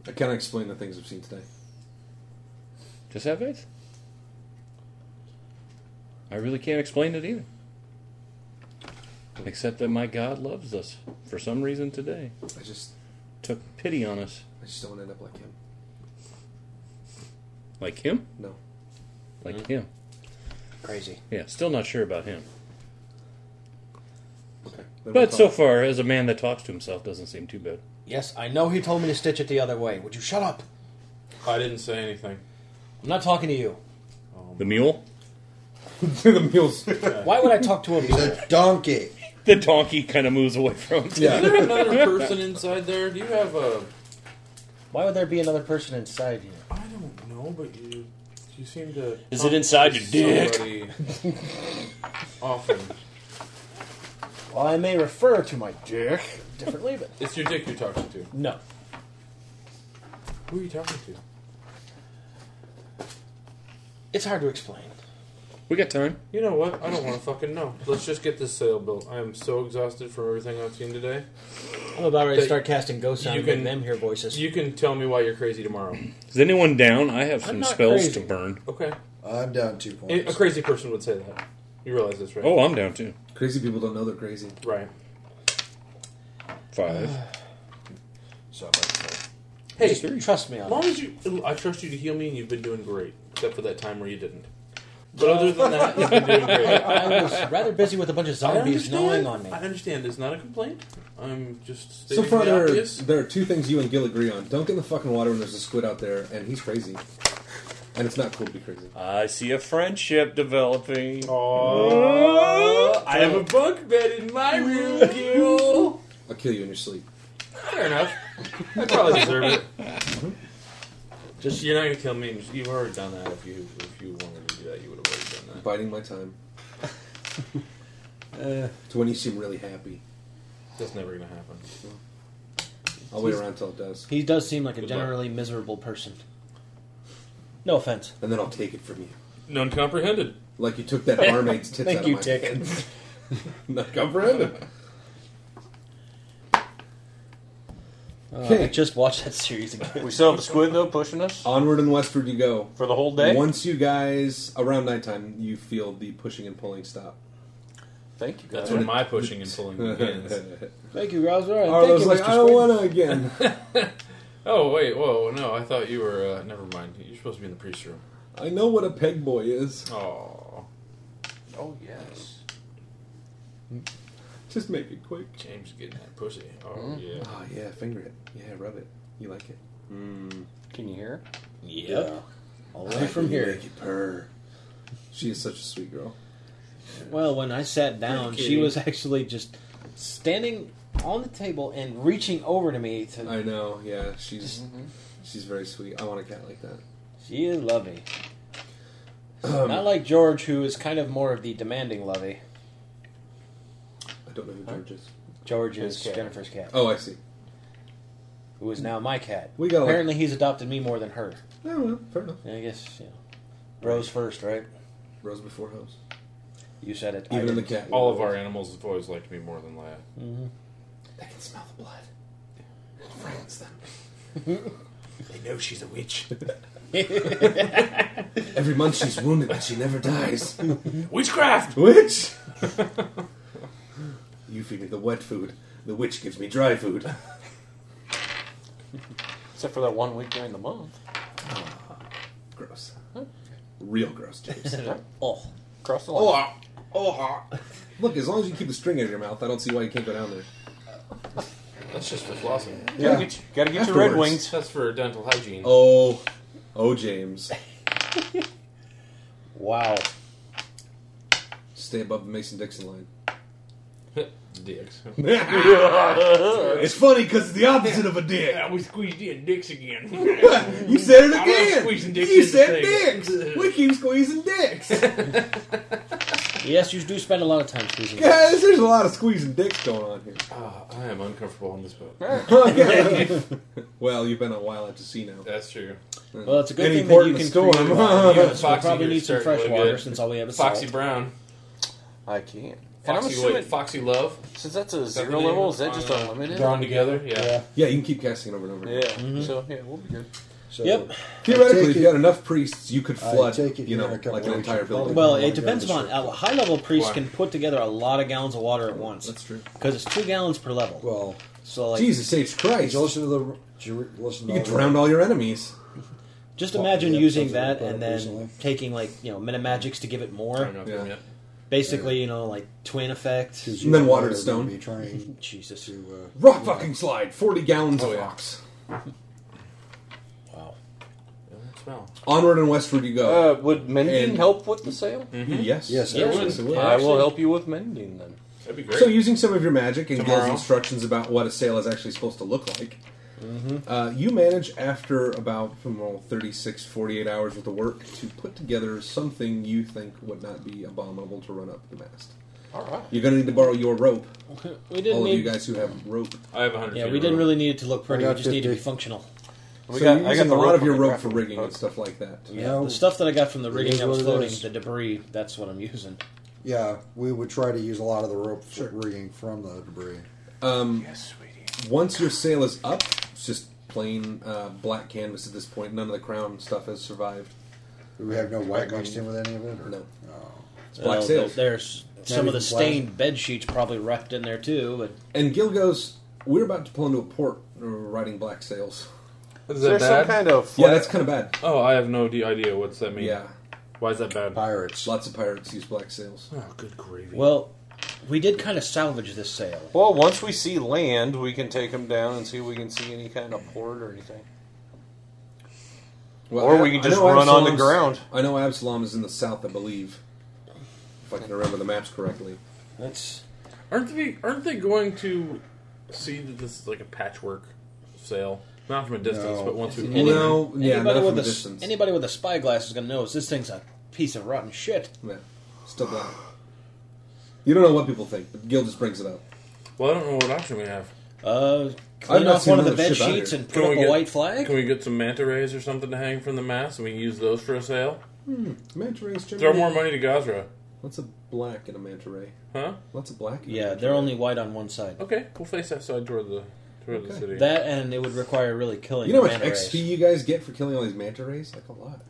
Speaker 2: I cannot explain the things I've seen today.
Speaker 1: Just have faith. I really can't explain it either. Except that my God loves us for some reason today.
Speaker 2: I just,
Speaker 1: Took pity on us.
Speaker 2: I just don't want to end up like him.
Speaker 1: Like him?
Speaker 2: No.
Speaker 1: Like him.
Speaker 11: Crazy.
Speaker 1: Yeah, still not sure about him.
Speaker 2: Okay. Then we'll
Speaker 1: But so
Speaker 2: talk.
Speaker 1: far, as a man that talks to himself, doesn't seem too bad.
Speaker 11: Yes, I know he told me to stitch it the other way. Would you shut up?
Speaker 5: I didn't say anything.
Speaker 11: I'm not talking to you.
Speaker 1: The
Speaker 5: <laughs>
Speaker 1: mule?
Speaker 2: the mules.
Speaker 11: Why would I
Speaker 1: <laughs>
Speaker 11: talk to a mule?
Speaker 13: Donkey.
Speaker 1: The donkey kind of moves away from him.
Speaker 5: Is
Speaker 2: Yeah.
Speaker 5: there another person inside there? Do you have a?
Speaker 11: Why would there be another person inside you?
Speaker 5: I don't know, but you you seem to.
Speaker 1: Is it inside your dick?
Speaker 5: Somebody <laughs> often.
Speaker 14: Well, I may refer to my dick differently, but
Speaker 5: It's your dick you're talking to.
Speaker 14: no.
Speaker 5: Who are you talking to?
Speaker 14: It's hard to explain.
Speaker 1: We got time.
Speaker 5: You know what? I don't want to fucking know. Let's just get this sail built. I am so exhausted from everything I've seen today.
Speaker 11: I'm about ready to
Speaker 5: That
Speaker 11: start casting ghost
Speaker 5: you
Speaker 11: sound and
Speaker 5: can-
Speaker 11: them hear voices.
Speaker 5: You can tell me why you're crazy tomorrow.
Speaker 1: Is anyone down? I have some
Speaker 11: not
Speaker 1: spells
Speaker 11: crazy.
Speaker 1: to burn.
Speaker 5: Okay.
Speaker 13: I'm down
Speaker 2: Eh,
Speaker 13: two points.
Speaker 5: A crazy person would say that. You realize this, right?
Speaker 1: Oh, I'm down too.
Speaker 2: Crazy people don't know they're crazy.
Speaker 5: Right.
Speaker 1: Five.
Speaker 5: <sighs>
Speaker 13: So I'm up for-
Speaker 5: Hey,
Speaker 11: Just trust me
Speaker 5: As
Speaker 11: on
Speaker 5: long
Speaker 11: it.
Speaker 5: as you, I trust you to heal me, and you've been doing great, except for that time where you didn't. But other than that, you've
Speaker 11: <laughs>
Speaker 5: been doing great.
Speaker 11: I was rather busy with a bunch of
Speaker 5: I
Speaker 11: zombies gnawing
Speaker 5: understand.
Speaker 11: on me.
Speaker 5: I understand. It's not a complaint. I'm just
Speaker 2: So
Speaker 5: stating
Speaker 2: far,
Speaker 5: the
Speaker 2: there are,
Speaker 5: obvious.
Speaker 2: there are two things you and Gil agree on. Don't get in the fucking water when there's a squid out there, and he's crazy. And it's not cool to be crazy.
Speaker 1: I see a friendship developing.
Speaker 5: Oh, I have a bunk bed in my room, Gil.
Speaker 2: I'll kill you in your sleep.
Speaker 5: Fair enough. I probably deserve it.
Speaker 11: Just-
Speaker 5: you're not gonna kill me. You've already done that. If you if you wanted to do that, you would have already done that.
Speaker 2: Biding
Speaker 11: <laughs>
Speaker 2: my time.
Speaker 11: Uh,
Speaker 2: to when you seem really happy.
Speaker 5: That's never gonna happen.
Speaker 2: I'll wait around till it does.
Speaker 11: He does seem like a
Speaker 5: Good luck.
Speaker 11: generally miserable person. No offense.
Speaker 2: And then I'll take it from you.
Speaker 5: None comprehended.
Speaker 2: Like
Speaker 11: <laughs>
Speaker 2: you took that barmaid's tits
Speaker 11: Thank
Speaker 2: out
Speaker 11: you,
Speaker 2: of my
Speaker 11: Dick.
Speaker 2: hands. <laughs> Not comprehended.
Speaker 11: I Uh,
Speaker 2: Okay,
Speaker 11: just watched that series again.
Speaker 1: We still have the squid though pushing us
Speaker 2: onward and westward you go.
Speaker 1: for the whole
Speaker 2: Once you guys, around nighttime, you feel the pushing and pulling stop.
Speaker 1: Thank you.
Speaker 5: That's when my pushing and
Speaker 2: <laughs>
Speaker 5: pulling begins.
Speaker 11: Thank you, Roswell. and thank
Speaker 2: Arlo's
Speaker 11: you,
Speaker 2: like,
Speaker 11: Mr.
Speaker 2: I don't
Speaker 11: Squid."
Speaker 2: want to
Speaker 11: <laughs>
Speaker 2: again.
Speaker 5: Oh wait, whoa, no, I thought you were. Uh, never mind. You're supposed to be in the priest's room.
Speaker 2: I know what a peg boy is.
Speaker 5: Oh. Oh yes.
Speaker 2: Just make it quick.
Speaker 5: James getting that pussy. Oh
Speaker 2: Mm.
Speaker 5: yeah.
Speaker 2: Oh yeah, finger it. Yeah, rub it. You like it. Mm.
Speaker 11: Can you hear?
Speaker 5: Yep.
Speaker 11: All the way from here.
Speaker 2: Make it purr. She is such a sweet girl.
Speaker 11: Well, when I sat down,
Speaker 2: Pretty
Speaker 11: she
Speaker 2: kitty.
Speaker 11: was actually just standing on the table and reaching over to me to.
Speaker 2: I know. Yeah, she's she's very sweet. I want a cat like that.
Speaker 11: She is lovey.
Speaker 2: Um,
Speaker 11: Not like George, who is kind of more of the demanding lovey.
Speaker 2: I don't know who George is.
Speaker 11: George
Speaker 2: His
Speaker 11: is
Speaker 2: cat.
Speaker 11: Jennifer's cat.
Speaker 2: Oh, I see.
Speaker 11: Who is now my cat?
Speaker 2: We got-
Speaker 11: Apparently, he's adopted me more than her.
Speaker 2: No, no, fair enough.
Speaker 11: I guess. Yeah. Rose first, right?
Speaker 2: Rose before hose.
Speaker 11: You said it.
Speaker 2: Even
Speaker 11: I
Speaker 2: in the
Speaker 11: didn't.
Speaker 2: cat.
Speaker 5: All of our animals have always liked me more than Leia.
Speaker 11: Mhm.
Speaker 2: They can smell the blood. It frightens them.
Speaker 5: They know she's a witch.
Speaker 2: <laughs> Every month she's wounded, but she never dies.
Speaker 5: Witchcraft!
Speaker 2: Witch! <laughs> you feed me the wet food. The witch gives me dry food.
Speaker 11: Except for that one week during the month.
Speaker 2: Ah, Gross. Real gross, James.
Speaker 11: <laughs> oh. Cross the
Speaker 2: Oh, ah. oh, ah. Look, as long as you keep the string out of your mouth, I don't see why you can't go down there.
Speaker 5: That's just for flossing.
Speaker 2: Yeah. Gotta get- gotta get your Red Afterwards. Wings.
Speaker 5: That's for dental hygiene. <laughs>
Speaker 2: Oh, oh, James.
Speaker 11: wow.
Speaker 2: Stay above the Mason Dixon line. <laughs>
Speaker 5: Dicks.
Speaker 2: it's funny because it's the opposite of a dick.
Speaker 5: we squeezed in dicks again. <laughs>
Speaker 2: You said it
Speaker 5: I love squeezing
Speaker 2: again.
Speaker 5: dicks
Speaker 2: You
Speaker 5: into
Speaker 2: said
Speaker 5: things.
Speaker 2: dicks.
Speaker 5: <laughs>
Speaker 2: We keep squeezing dicks.
Speaker 11: Yes, you do spend a lot of time squeezing.
Speaker 2: Guys, there's a lot of squeezing dicks going on here. <laughs>
Speaker 5: Ah, I am uncomfortable on this boat.
Speaker 2: Okay. well, you've been a while at the casino.
Speaker 5: That's true.
Speaker 11: Well, it's a good
Speaker 2: Any
Speaker 11: thing
Speaker 2: port
Speaker 11: that you
Speaker 2: in
Speaker 11: can
Speaker 2: the storm.
Speaker 3: <laughs>
Speaker 11: create <laughs> water. Yes, we'll
Speaker 5: Foxy
Speaker 11: probably
Speaker 5: here
Speaker 11: need some
Speaker 5: started
Speaker 11: fresh
Speaker 5: really
Speaker 11: water
Speaker 5: good.
Speaker 11: since all we have is
Speaker 5: Foxy
Speaker 11: salt.
Speaker 5: Brown.
Speaker 11: I can't.
Speaker 5: And I'm assuming Foxy Love.
Speaker 11: Since that's
Speaker 5: Is that the name of the song? Drawn together, yeah.
Speaker 2: Yeah, you can keep casting it over and over.
Speaker 11: Yeah. Mhm.
Speaker 2: So
Speaker 11: yeah, we'll be good.
Speaker 3: So,
Speaker 11: Yep.
Speaker 2: Theoretically,
Speaker 3: I
Speaker 2: if
Speaker 3: take
Speaker 2: you
Speaker 3: it-
Speaker 2: had enough priests, you could
Speaker 3: I
Speaker 2: flood,
Speaker 3: take it
Speaker 2: you know,
Speaker 3: you're a couple
Speaker 2: like an
Speaker 3: weeks,
Speaker 2: entire
Speaker 3: you probably
Speaker 2: building.
Speaker 11: Well,
Speaker 3: Wanna
Speaker 11: it
Speaker 3: go
Speaker 11: depends
Speaker 3: to the
Speaker 11: upon. A high level priest can put together a lot of gallons of water at once.
Speaker 2: That's true.
Speaker 11: Because it's two gallons per level.
Speaker 3: Well,
Speaker 11: so like,
Speaker 2: Jesus H.
Speaker 3: Did
Speaker 2: Christ.
Speaker 3: you listen to the? did you listen to
Speaker 2: You could
Speaker 3: the- oh,
Speaker 2: drown all your enemies.
Speaker 11: Just imagine
Speaker 3: Yeah,
Speaker 11: using
Speaker 3: something
Speaker 11: that
Speaker 3: like
Speaker 11: and then
Speaker 3: recently.
Speaker 11: taking like you know minimagics to give it more.
Speaker 5: don't know if I'm yet.
Speaker 11: Basically, you know, like twin effect.
Speaker 2: And then water to stone.
Speaker 3: Be trying
Speaker 11: Jesus.
Speaker 3: to uh,
Speaker 2: Rock fucking slide, 40 gallons of rocks.
Speaker 11: Wow.
Speaker 5: Smell.
Speaker 2: Onward and westward you go.
Speaker 11: Uh, would
Speaker 2: mending And-
Speaker 11: help with the sale?
Speaker 2: Yes. Yes,
Speaker 11: Yeah.
Speaker 2: actually, so it would.
Speaker 11: I will
Speaker 2: help
Speaker 11: you with mending then.
Speaker 5: That'd be great.
Speaker 2: So, using some of your magic and Gil's
Speaker 5: Tomorrow.
Speaker 2: instructions about what a sail is actually supposed to look like,
Speaker 11: Mm-hmm.
Speaker 2: uh, you manage after about hmm, well, 36, 48 hours worth of work to put together something you think would not be abominable to run up the mast.
Speaker 11: All right.
Speaker 2: You're going to need to borrow your rope.
Speaker 11: We didn't
Speaker 2: All of
Speaker 11: need-
Speaker 2: you guys who have rope.
Speaker 5: I have 100
Speaker 11: Yeah, we didn't really need it to look pretty.
Speaker 3: I
Speaker 11: We
Speaker 3: got
Speaker 11: just needed to be
Speaker 3: 50.
Speaker 11: functional.
Speaker 2: So you're using a lot of your rope for rigging and stuff like that.
Speaker 11: Yeah, the stuff that I got from the
Speaker 3: It
Speaker 11: rigging
Speaker 3: is
Speaker 11: that was
Speaker 3: what it
Speaker 11: floating,
Speaker 3: is.
Speaker 11: the debris. That's what I'm using.
Speaker 3: Yeah, we would try to use a lot of the rope for rigging from the debris.
Speaker 2: Um, Once your sail is up, it's just plain uh, black canvas at this point. None of the crown stuff has survived.
Speaker 3: Do we have no white mixed in with any of it? Or?
Speaker 2: No. It's
Speaker 11: Oh,
Speaker 2: black
Speaker 11: there-
Speaker 2: sails.
Speaker 11: There's some of the stained bed sheets probably wrapped in there too. But
Speaker 2: And Gil goes, "We're about to pull into a port, uh, riding black sails."
Speaker 5: Is that There's some bad? kind of
Speaker 2: yeah, that's kind of bad.
Speaker 5: Oh, I have no d- idea what's
Speaker 15: Oh,
Speaker 5: that mean.
Speaker 2: Yeah.
Speaker 5: Why is that bad?
Speaker 3: Pirates.
Speaker 2: Lots of pirates use black sails.
Speaker 5: Oh, good gravy.
Speaker 11: well, we did kind of salvage this sail.
Speaker 15: Well, once we see land, we can take them down and see if we can see any kind of port or anything. or we can
Speaker 2: I
Speaker 15: just
Speaker 2: know
Speaker 15: run on the
Speaker 2: Absalom's-
Speaker 15: ground.
Speaker 2: I know Absalom is in the south, I believe, if I can remember the maps correctly.
Speaker 11: That's
Speaker 5: Aren't they? Aren't they going to see that this is like a patchwork sail? Not from a distance, but once we
Speaker 11: Any- anybody
Speaker 5: not
Speaker 11: with a s- Anybody with a spyglass is going to notice this thing's a piece of rotten shit.
Speaker 2: Yeah, still black. You don't know what people think, but Gil just brings it up.
Speaker 5: Well, I don't know what option we have.
Speaker 11: Uh, clean off one of the bed sheets and put up a white flag.
Speaker 5: Can we get some manta rays or something to hang from the mast, and we can use those for a sail?
Speaker 2: Hmm, manta rays.
Speaker 5: Throw
Speaker 2: generally-
Speaker 5: more money to Gazra,
Speaker 2: What's a black in a manta ray?
Speaker 5: huh?
Speaker 2: Lots of black. in a
Speaker 11: Yeah,
Speaker 2: manta
Speaker 11: they're
Speaker 2: ray.
Speaker 11: only white on one side.
Speaker 5: Okay, we'll face that side toward the toward the
Speaker 2: Okay.
Speaker 5: city.
Speaker 11: That and it would require really killing.
Speaker 2: You know how
Speaker 11: the
Speaker 2: much
Speaker 11: manta rays.
Speaker 2: XP you guys get for killing all these manta rays? Like a lot.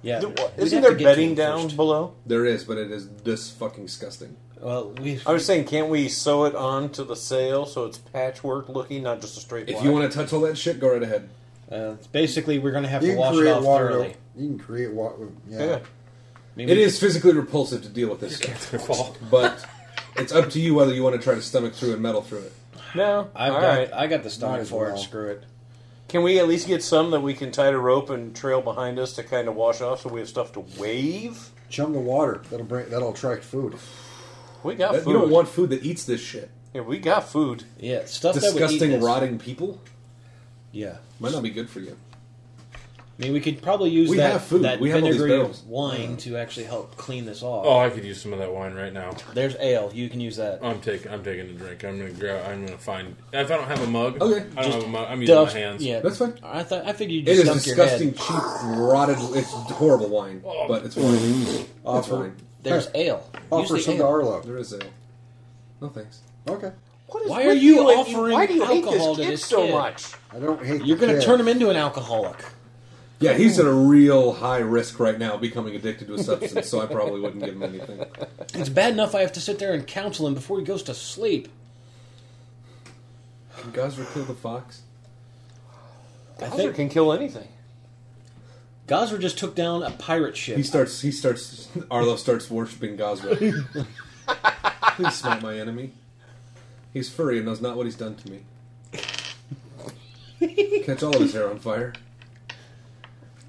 Speaker 11: Yeah,
Speaker 15: Th-
Speaker 11: we'd
Speaker 15: Isn't
Speaker 11: have
Speaker 15: there
Speaker 11: to get to
Speaker 15: bedding
Speaker 11: them
Speaker 15: down
Speaker 11: first.
Speaker 15: below?
Speaker 2: There is, but it is this fucking disgusting.
Speaker 11: Well, we.
Speaker 15: I was saying, can't we sew it onto the sail so it's patchwork looking, not just a straight
Speaker 2: If
Speaker 15: line?
Speaker 2: you want to touch all that shit, go right ahead.
Speaker 11: Uh, basically, we're going to have
Speaker 3: You
Speaker 11: to
Speaker 3: can
Speaker 11: wash it
Speaker 3: create
Speaker 11: off
Speaker 3: water.
Speaker 11: thoroughly.
Speaker 3: You can create water. Yeah.
Speaker 2: It is physically repulsive to deal with this stuff, <laughs> but It's up to you whether you want to try to stomach through and meddle through it.
Speaker 3: No,
Speaker 2: I've
Speaker 3: all
Speaker 2: got-
Speaker 3: right.
Speaker 2: I got the stomach for it,
Speaker 3: Screw it. Can we at least get some that we can tie to rope and trail behind us to kind of wash off, so we have stuff to wave?
Speaker 1: Chum the water. That'll bring. That'll attract food.
Speaker 3: We got
Speaker 2: That-
Speaker 3: food.
Speaker 2: you don't want food that eats this shit.
Speaker 3: Yeah, we got food.
Speaker 11: Yeah,
Speaker 3: stuff that would eat
Speaker 2: disgusting,
Speaker 3: this.
Speaker 2: rotting people
Speaker 11: Yeah,
Speaker 2: might not be good for you.
Speaker 11: I mean, we could probably use
Speaker 2: We
Speaker 11: that,
Speaker 2: have food.
Speaker 11: that
Speaker 2: We have all these
Speaker 11: vinegary
Speaker 2: barrels.
Speaker 11: wine to actually help clean this off.
Speaker 5: Oh, I could use some of that wine right now.
Speaker 11: There's ale. You can use that.
Speaker 5: I'm taking. I'm taking a drink. I'm gonna grab. I'm gonna find. If I don't have a mug,
Speaker 2: Okay.
Speaker 5: I don't
Speaker 2: Just
Speaker 5: have a mug. I'm using
Speaker 2: dump-
Speaker 5: my hands.
Speaker 2: yeah. That's fine.
Speaker 11: I thought I figured
Speaker 2: It is disgusting, cheap, rotted. It's horrible wine,
Speaker 11: Oh.
Speaker 2: but it's wine. It's
Speaker 1: Offer-
Speaker 2: wine.
Speaker 11: There's ale.
Speaker 1: Offer
Speaker 11: Usually
Speaker 1: some to
Speaker 11: ale.
Speaker 1: Arlo.
Speaker 2: There is ale. No thanks.
Speaker 1: Okay.
Speaker 3: What
Speaker 11: Why are you offering alcohol to this kid?
Speaker 1: I don't hate.
Speaker 11: You're
Speaker 1: the
Speaker 11: going to
Speaker 1: kid.
Speaker 11: turn him into an alcoholic.
Speaker 2: Yeah, he's at a real high risk right now of becoming addicted to a substance, so I probably wouldn't give him anything.
Speaker 11: It's bad enough I have to sit there and counsel him before he goes to sleep.
Speaker 2: Can Gosra kill the fox?
Speaker 11: I
Speaker 3: Gosra
Speaker 11: think
Speaker 3: can kill anything.
Speaker 11: Gosra just took down a pirate ship.
Speaker 2: He starts. He starts. Arlo starts worshiping Gosra. Please smite my enemy. He's furry and knows not what he's done to me. Catch all of his hair on fire.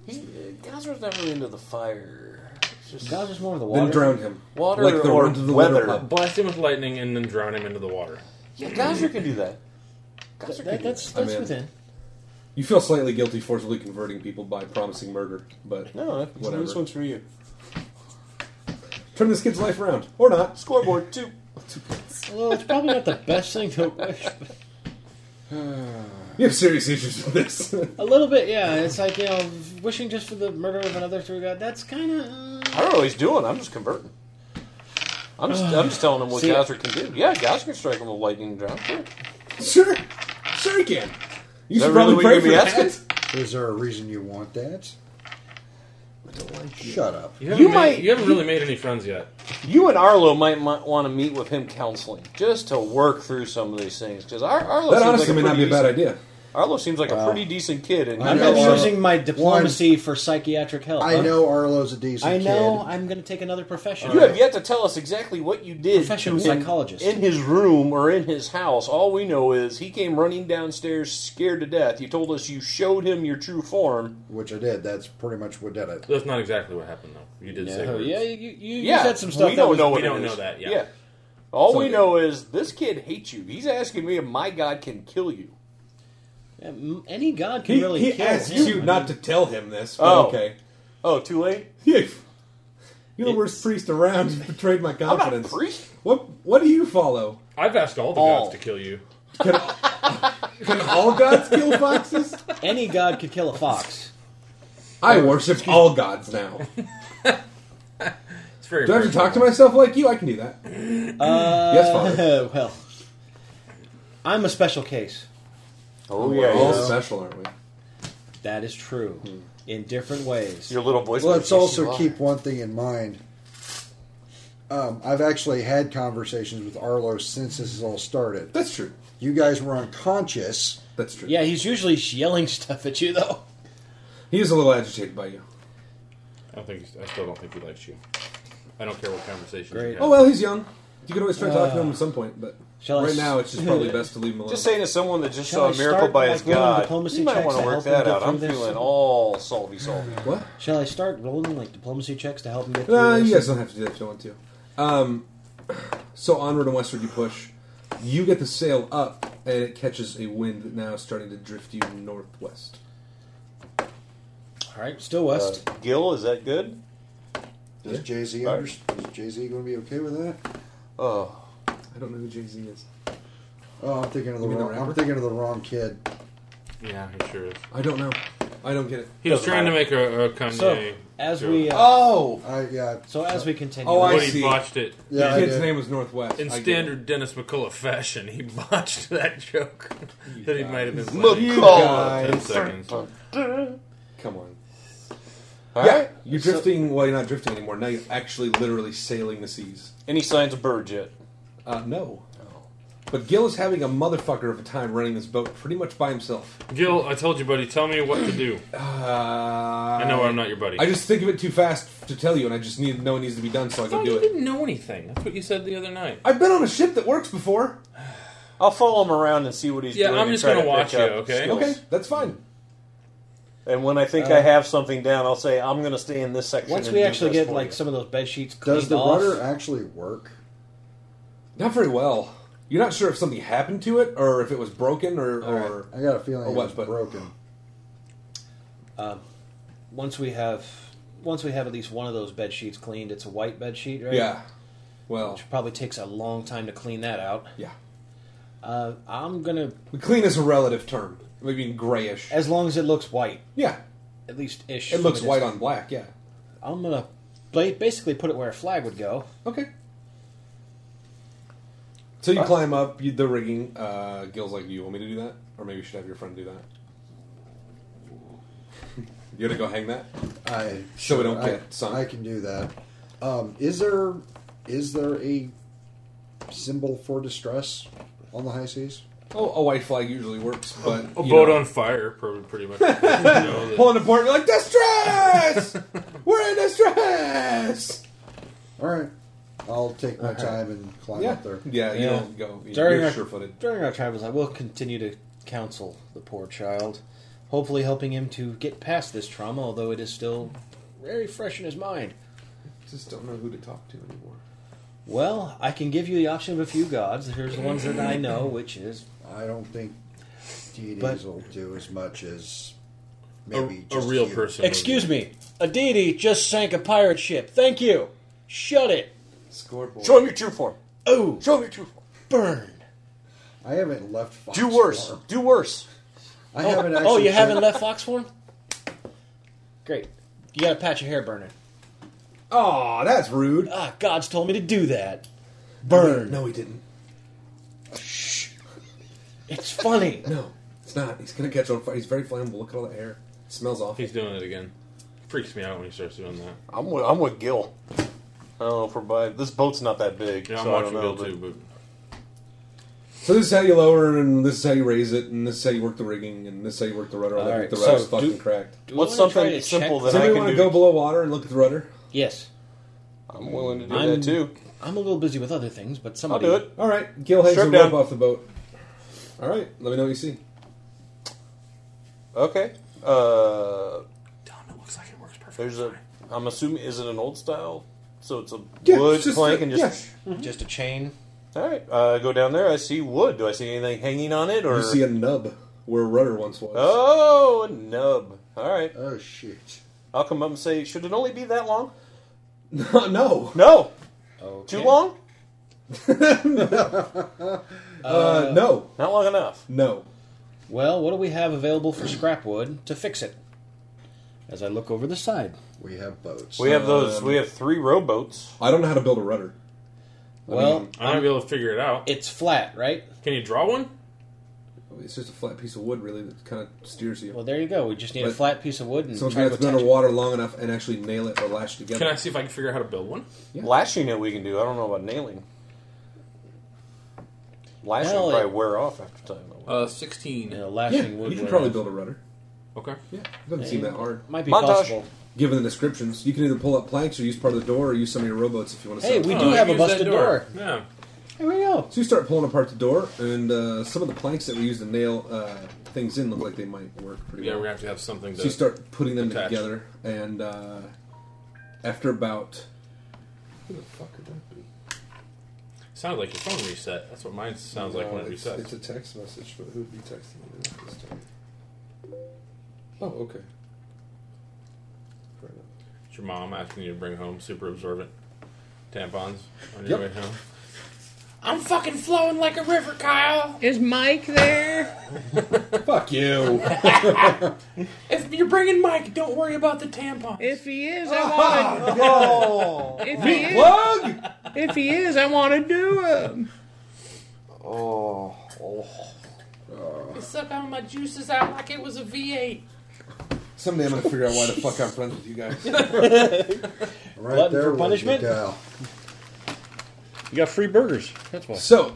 Speaker 3: Gazra's never into the fire. It's Just
Speaker 11: Gazra's more of the
Speaker 2: Then water. drown him.
Speaker 3: Water
Speaker 2: Like the
Speaker 3: or
Speaker 2: runs of the
Speaker 3: weather.
Speaker 2: water pub.
Speaker 5: Blast him with lightning and then drown him into the water.
Speaker 3: Yeah, Gazra can do that. Gazra can
Speaker 11: That-
Speaker 3: do
Speaker 11: that's
Speaker 3: that.
Speaker 11: that's
Speaker 2: I'm in.
Speaker 11: within.
Speaker 2: You feel slightly guilty forcibly converting people by promising murder, but
Speaker 3: No,
Speaker 2: whatever.
Speaker 3: this one's for you.
Speaker 2: Turn this kid's life around, or not.
Speaker 3: Scoreboard two.
Speaker 11: Well, it's probably not the best thing to wish.
Speaker 2: You have serious issues with this. <laughs>
Speaker 11: A little bit, yeah. It's like you know, wishing just for the murder of another through God. That's uh, kind of.
Speaker 3: I don't know what he's doing. I'm just converting. I'm just, I'm just telling him what
Speaker 11: See,
Speaker 3: Gazra can do. Yeah, Gazra can strike him with lightning and drown. Sure.
Speaker 2: Sure, sure he can. You
Speaker 3: Is that really
Speaker 2: should probably
Speaker 3: what
Speaker 2: pray
Speaker 3: you're
Speaker 2: for
Speaker 3: gonna be
Speaker 2: that.
Speaker 1: Is there a reason you want that? Shut up.
Speaker 5: You, haven't
Speaker 3: You
Speaker 5: made-
Speaker 3: might-
Speaker 5: You haven't really made any friends yet.
Speaker 3: You and Arlo might, might want to meet with him counseling just to work through some of these things because Ar- Arlo
Speaker 2: That
Speaker 3: seems
Speaker 2: honestly
Speaker 3: like
Speaker 2: may
Speaker 3: a
Speaker 2: not
Speaker 3: pretty
Speaker 2: be a bad
Speaker 3: decent-
Speaker 2: idea.
Speaker 3: Arlo seems like
Speaker 1: Wow.
Speaker 3: a pretty decent kid, and
Speaker 11: I'm
Speaker 1: I know, uh,
Speaker 11: using my diplomacy for psychiatric help.
Speaker 1: I
Speaker 11: huh?
Speaker 1: know Arlo's a decent
Speaker 11: I know.
Speaker 1: kid.
Speaker 11: I'm going to take another profession.
Speaker 3: you have yet to tell us exactly what you did.
Speaker 11: Professional
Speaker 3: to him
Speaker 11: psychologist.
Speaker 3: in his room or in his house. All we know is he came running downstairs scared to death. You told us you showed him your true form.
Speaker 1: Which I did. That's pretty much what did it.
Speaker 5: That's not exactly what happened though. You did say.
Speaker 11: Oh,
Speaker 5: words.
Speaker 11: yeah, you, you, you
Speaker 3: Yeah,
Speaker 11: said some stuff.
Speaker 3: We
Speaker 11: that
Speaker 3: don't
Speaker 11: was-
Speaker 3: know. What
Speaker 5: We don't
Speaker 3: it
Speaker 5: know
Speaker 3: is.
Speaker 5: that, yeah.
Speaker 3: All we
Speaker 2: Something.
Speaker 3: know is this kid hates you. He's asking me if my God can kill you.
Speaker 11: Yeah, m- Any god can
Speaker 2: He,
Speaker 11: really
Speaker 2: he
Speaker 11: kill.
Speaker 2: asked
Speaker 11: him.
Speaker 2: you
Speaker 11: I
Speaker 2: not
Speaker 11: mean,
Speaker 2: to tell him this, but
Speaker 3: Oh.
Speaker 2: okay.
Speaker 3: Oh, too late.
Speaker 2: Yeah. You're the worst priest around. You betrayed my
Speaker 3: I'm not
Speaker 2: confidence.
Speaker 3: a priest.
Speaker 2: What What do you follow?
Speaker 5: I've asked all the
Speaker 3: All.
Speaker 5: gods to kill you.
Speaker 2: Can, can all gods kill foxes?
Speaker 11: <laughs> Any god could kill a
Speaker 2: <laughs>
Speaker 11: fox.
Speaker 2: I worship all gods now.
Speaker 5: It's very.
Speaker 2: Do I have to
Speaker 5: personal.
Speaker 2: talk to myself like you? I can do that. yes, Father.
Speaker 11: Uh, <laughs> well, I'm a special case.
Speaker 3: Oh
Speaker 2: We're all
Speaker 3: yeah.
Speaker 2: special, aren't we?
Speaker 11: That is true.
Speaker 2: Hmm.
Speaker 11: In different ways.
Speaker 3: Your little voice.
Speaker 1: Let's also keep one thing in mind. Um, I've actually had conversations with Arlo since this has all started.
Speaker 2: That's true.
Speaker 1: You guys were unconscious.
Speaker 2: That's true.
Speaker 11: Yeah, he's usually yelling <laughs> stuff at you, though.
Speaker 2: He is a little agitated by you.
Speaker 5: I don't think. I still don't think he likes you. I don't care what conversation.
Speaker 11: Great.
Speaker 2: Oh well, he's young. You could always try to talk to him at some point, but
Speaker 11: shall I
Speaker 2: right
Speaker 11: s-
Speaker 2: now it's just
Speaker 11: <laughs>
Speaker 2: probably best to leave him alone.
Speaker 3: Just saying to someone that just
Speaker 11: Shall
Speaker 3: saw a
Speaker 11: I
Speaker 3: miracle
Speaker 11: start
Speaker 3: by
Speaker 11: by
Speaker 3: his
Speaker 11: rolling
Speaker 3: God,
Speaker 11: diplomacy
Speaker 3: you might
Speaker 11: checks
Speaker 3: want
Speaker 11: to
Speaker 3: to work
Speaker 11: help him
Speaker 3: that
Speaker 11: get
Speaker 3: out. I'm
Speaker 11: through this?
Speaker 3: feeling all salty, salty.
Speaker 2: what?
Speaker 11: Shall I start rolling like diplomacy checks to help him get through
Speaker 2: No,
Speaker 11: this?
Speaker 2: you guys don't have to do that if you don't want to. Um, <clears throat> so onward and westward you push. You get the sail up, and it catches a wind that now is starting to drift you northwest.
Speaker 11: All right, still west.
Speaker 5: Uh,
Speaker 3: Gil, is that good?
Speaker 1: Does Jay Z
Speaker 3: Right.
Speaker 1: under- is Jay Z going to be okay with that?
Speaker 3: Oh,
Speaker 2: I don't know who Jay Z is.
Speaker 1: Oh, I'm thinking of the
Speaker 2: You mean the
Speaker 1: wrong.
Speaker 2: rapper?
Speaker 1: I'm thinking of the wrong kid.
Speaker 5: Yeah, he sure is.
Speaker 2: I don't know. I don't get it.
Speaker 5: He was
Speaker 3: Doesn't
Speaker 5: trying
Speaker 3: matter.
Speaker 5: to make a, a Kanye.
Speaker 11: So as
Speaker 5: joke.
Speaker 11: we uh,
Speaker 3: oh,
Speaker 1: I yeah.
Speaker 11: so as we continue,
Speaker 2: Oh, I
Speaker 5: but
Speaker 11: on,
Speaker 5: he
Speaker 2: see.
Speaker 5: botched it.
Speaker 1: Yeah, I
Speaker 2: the kid's
Speaker 1: did.
Speaker 2: name was Northwest.
Speaker 5: In
Speaker 2: I get it.
Speaker 5: standard Dennis McCullough fashion, he <laughs> botched that joke that he might have been playing.
Speaker 11: Oh,
Speaker 3: McCall.
Speaker 5: Ten seconds.
Speaker 2: Come on.
Speaker 3: All
Speaker 2: yeah,
Speaker 3: right.
Speaker 2: you're drifting. well, you're not drifting anymore. Now you're actually literally sailing the seas.
Speaker 3: Any signs of birds yet?
Speaker 2: Uh, no. But Gil is having a motherfucker of a time running this boat pretty much by himself.
Speaker 5: Gil, I told you, buddy. Tell me what to do.
Speaker 2: Uh,
Speaker 5: I know I'm not your buddy.
Speaker 2: I just think of it too fast to tell you, and I just need to know it needs to be done so I
Speaker 5: I thought
Speaker 2: can
Speaker 5: you
Speaker 2: do it.
Speaker 5: didn't know anything. That's what you said the other night.
Speaker 2: I've been on a ship that works before.
Speaker 15: I'll follow him around and see what he's
Speaker 5: Yeah,
Speaker 15: doing.
Speaker 5: I'm
Speaker 15: and
Speaker 5: just
Speaker 15: try
Speaker 5: gonna
Speaker 15: to pick
Speaker 5: watch you,
Speaker 15: up
Speaker 5: okay?
Speaker 15: skills.
Speaker 5: Okay,
Speaker 2: that's fine.
Speaker 15: And when I think
Speaker 2: Uh,
Speaker 15: I have something down, I'll say I'm going to stay in this section.
Speaker 11: Once
Speaker 15: and
Speaker 11: we
Speaker 15: do
Speaker 11: actually
Speaker 15: this
Speaker 11: get
Speaker 15: for
Speaker 11: like
Speaker 15: you."
Speaker 11: some of those bed sheets cleaned
Speaker 3: Does the
Speaker 11: off,
Speaker 3: rudder actually work?
Speaker 2: Not very well. You're not sure if something happened to it or if it was broken or. or
Speaker 3: I got a feeling
Speaker 2: or
Speaker 3: it
Speaker 2: what,
Speaker 3: was
Speaker 2: but-
Speaker 3: broken.
Speaker 11: um, once we have once we have at least one of those bed sheets cleaned, it's a white bed sheet, right?
Speaker 2: Yeah. Well,
Speaker 11: which probably takes a long time to clean that out.
Speaker 2: Yeah.
Speaker 11: Uh, I'm gonna.
Speaker 2: Clean is a relative term. I mean, grayish.
Speaker 11: As long as it looks white.
Speaker 2: Yeah.
Speaker 11: At least ish.
Speaker 2: It
Speaker 11: from
Speaker 2: looks
Speaker 11: a
Speaker 2: white
Speaker 11: distance.
Speaker 2: on black, yeah.
Speaker 11: I'm gonna ba- basically put it where a flag would go.
Speaker 2: Okay. So you climb up you, the rigging. Uh, Gil's like, "Do you want me to do that, or maybe you should have your friend do that?" <laughs> You gonna go hang that?
Speaker 3: I
Speaker 2: so we don't
Speaker 3: I-
Speaker 2: get sun.
Speaker 3: I can do that. Um, is there is there a symbol for distress on the high seas?
Speaker 2: Oh, a white flag usually works, but
Speaker 5: A
Speaker 2: you
Speaker 5: boat
Speaker 2: know.
Speaker 5: on fire, probably
Speaker 15: <laughs>
Speaker 5: pretty much. You know, the-
Speaker 2: pulling apart. You're like, "Distress! We're in distress!"
Speaker 3: All right, I'll take my time and climb
Speaker 2: Yeah.
Speaker 3: up there.
Speaker 2: Yeah, you don't go- you-
Speaker 11: During
Speaker 2: you're
Speaker 11: our,
Speaker 2: sure-footed.
Speaker 11: During our travels, I will continue to counsel the poor child, hopefully helping him to get past this trauma, although it is still very fresh in his mind.
Speaker 2: Just don't know who to talk to anymore.
Speaker 11: Well, I can give you the option of a few gods. Here's the ones that I know, which is
Speaker 3: I don't think deities
Speaker 11: But-
Speaker 3: will do as much as maybe
Speaker 5: a
Speaker 3: just
Speaker 5: real
Speaker 3: you.
Speaker 5: person.
Speaker 11: Excuse me, a deity just sank a pirate ship. Thank you. Shut it.
Speaker 2: Scoreboard.
Speaker 15: Show him your true form.
Speaker 11: Oh,
Speaker 15: show him your true form.
Speaker 11: Burn.
Speaker 3: I haven't left. Fox
Speaker 15: Do worse.
Speaker 3: Farm.
Speaker 15: Do worse.
Speaker 3: I
Speaker 11: oh,
Speaker 3: haven't. Actually
Speaker 11: oh, you
Speaker 3: checked-
Speaker 11: haven't left Fox Form? Great. You got a patch of hair burning.
Speaker 2: Oh, that's rude.
Speaker 11: Ah, God's told me to do that. Burn.
Speaker 2: No, he didn't.
Speaker 3: <laughs>
Speaker 11: It's funny.
Speaker 2: No, it's not. He's gonna catch on fire. He's very flammable. Look at all that hair. It smells awful.
Speaker 5: He's doing it again. Freaks me out when he starts doing that.
Speaker 15: I'm with, I'm with Gil. I don't know if we're by this boat's not that big.
Speaker 5: Yeah, I'm
Speaker 15: so I don't
Speaker 5: watching
Speaker 15: know,
Speaker 5: Bill
Speaker 15: but-
Speaker 5: too, but
Speaker 2: So this is how you lower, and this is how you raise it, and this is how you work the rigging, and this is how you work the rudder. All
Speaker 11: All
Speaker 2: right,
Speaker 11: right,
Speaker 2: the
Speaker 11: so
Speaker 2: rudder's
Speaker 11: do-
Speaker 2: fucking cracked.
Speaker 11: do we What's wanna try something to simple check- that I
Speaker 2: Somebody
Speaker 11: can
Speaker 2: wanna
Speaker 11: do?
Speaker 2: go below water and look at the rudder?
Speaker 11: Yes.
Speaker 15: I'm willing to do
Speaker 11: I'm-
Speaker 15: that too.
Speaker 11: I'm a little busy with other things, but somebody.
Speaker 15: do it.
Speaker 2: All right, Gil hangs
Speaker 15: Strip
Speaker 2: the rope
Speaker 15: down.
Speaker 2: off the boat. All right, let me know what you see.
Speaker 15: Okay. Uh, it looks like it works perfect. There's a. I'm assuming is it an old style? So it's a
Speaker 2: Yeah,
Speaker 15: wood
Speaker 2: it's just
Speaker 15: plank
Speaker 2: a-
Speaker 15: and just.
Speaker 11: Just a chain.
Speaker 15: All right. Uh, go down there. I see wood. Do I see anything hanging on it? Or
Speaker 2: You see a nub where a rudder once was.
Speaker 15: Oh, a nub. All right.
Speaker 3: Oh shit.
Speaker 15: I'll come up and say, should it only be that long?
Speaker 2: <laughs> no,
Speaker 15: No.
Speaker 11: Okay.
Speaker 15: Too long?
Speaker 2: uh, <laughs> no,
Speaker 15: Not long enough.
Speaker 2: no.
Speaker 11: Well, what do we have available for scrap wood to fix it? As I look over the side.
Speaker 3: We have boats.
Speaker 15: We have those. we have three rowboats.
Speaker 2: Um, I don't know how to build a rudder.
Speaker 11: Well,
Speaker 5: I might be able to figure it out.
Speaker 11: it's flat, right?
Speaker 5: Can you draw one?
Speaker 2: It's just a flat piece of wood, really, that kind of steers you.
Speaker 11: Well, there you go. We just need a
Speaker 2: But-
Speaker 11: flat piece of wood and
Speaker 2: Someone's
Speaker 11: try
Speaker 2: gonna
Speaker 11: to
Speaker 2: have to be
Speaker 11: attach it.
Speaker 2: underwater long enough and actually nail it or lash together.
Speaker 5: Can I see if I can figure out how to build one?
Speaker 15: Lashing it we can do. I don't know about nailing. Lashing
Speaker 11: Hell,
Speaker 15: will probably
Speaker 11: it-
Speaker 15: wear off after time. though.
Speaker 5: Uh, sixteen.
Speaker 11: You know,
Speaker 2: Yeah,
Speaker 11: lashing wood.
Speaker 2: you can
Speaker 11: where-
Speaker 2: probably build a rudder.
Speaker 5: Okay.
Speaker 2: Yeah, it doesn't seem that hard.
Speaker 11: Might be
Speaker 15: Montage.
Speaker 11: possible.
Speaker 2: Given the descriptions, you can either pull up planks or use part of the door or use some of your rowboats if you want to.
Speaker 11: Hey,
Speaker 2: set
Speaker 11: we
Speaker 2: up.
Speaker 11: do have a
Speaker 5: Uh, use that
Speaker 11: busted
Speaker 5: door.
Speaker 11: door.
Speaker 5: Yeah.
Speaker 11: Here we go.
Speaker 2: So you start pulling apart the door, and uh, some of the planks that we use to nail uh, things in look like they might work pretty
Speaker 5: Yeah, we're
Speaker 2: well.
Speaker 5: gonna have to have something to.
Speaker 2: So you start putting them
Speaker 5: attach.
Speaker 2: together, and uh, after about who the fuck could that be?
Speaker 5: Sounds like your phone reset. That's what mine sounds like
Speaker 2: No,
Speaker 5: when it
Speaker 2: it's,
Speaker 5: resets.
Speaker 2: it's a text message, but who would be texting me at this time? Oh, okay. Fair enough.
Speaker 5: It's your mom asking you to bring home super absorbent tampons on
Speaker 2: Yep.
Speaker 5: your way home.
Speaker 16: I'm fucking flowing like a river, Kyle. Is Mike there?
Speaker 11: <laughs>
Speaker 2: Fuck you.
Speaker 16: if you're bringing Mike, don't worry about the tampon. If he is, I want to. if he is,
Speaker 2: Plug.
Speaker 16: if he is, I want to do
Speaker 5: uh,
Speaker 16: him.
Speaker 8: Oh.
Speaker 16: Suck on my juices out like it was a V8.
Speaker 2: Someday I'm gonna figure out why the fuck I'm friends with
Speaker 11: <laughs>
Speaker 2: you guys.
Speaker 3: Right
Speaker 11: Glutton
Speaker 3: there
Speaker 11: for
Speaker 3: was the
Speaker 11: punishment?
Speaker 3: gal.
Speaker 7: You got free burgers. That's why.
Speaker 2: So,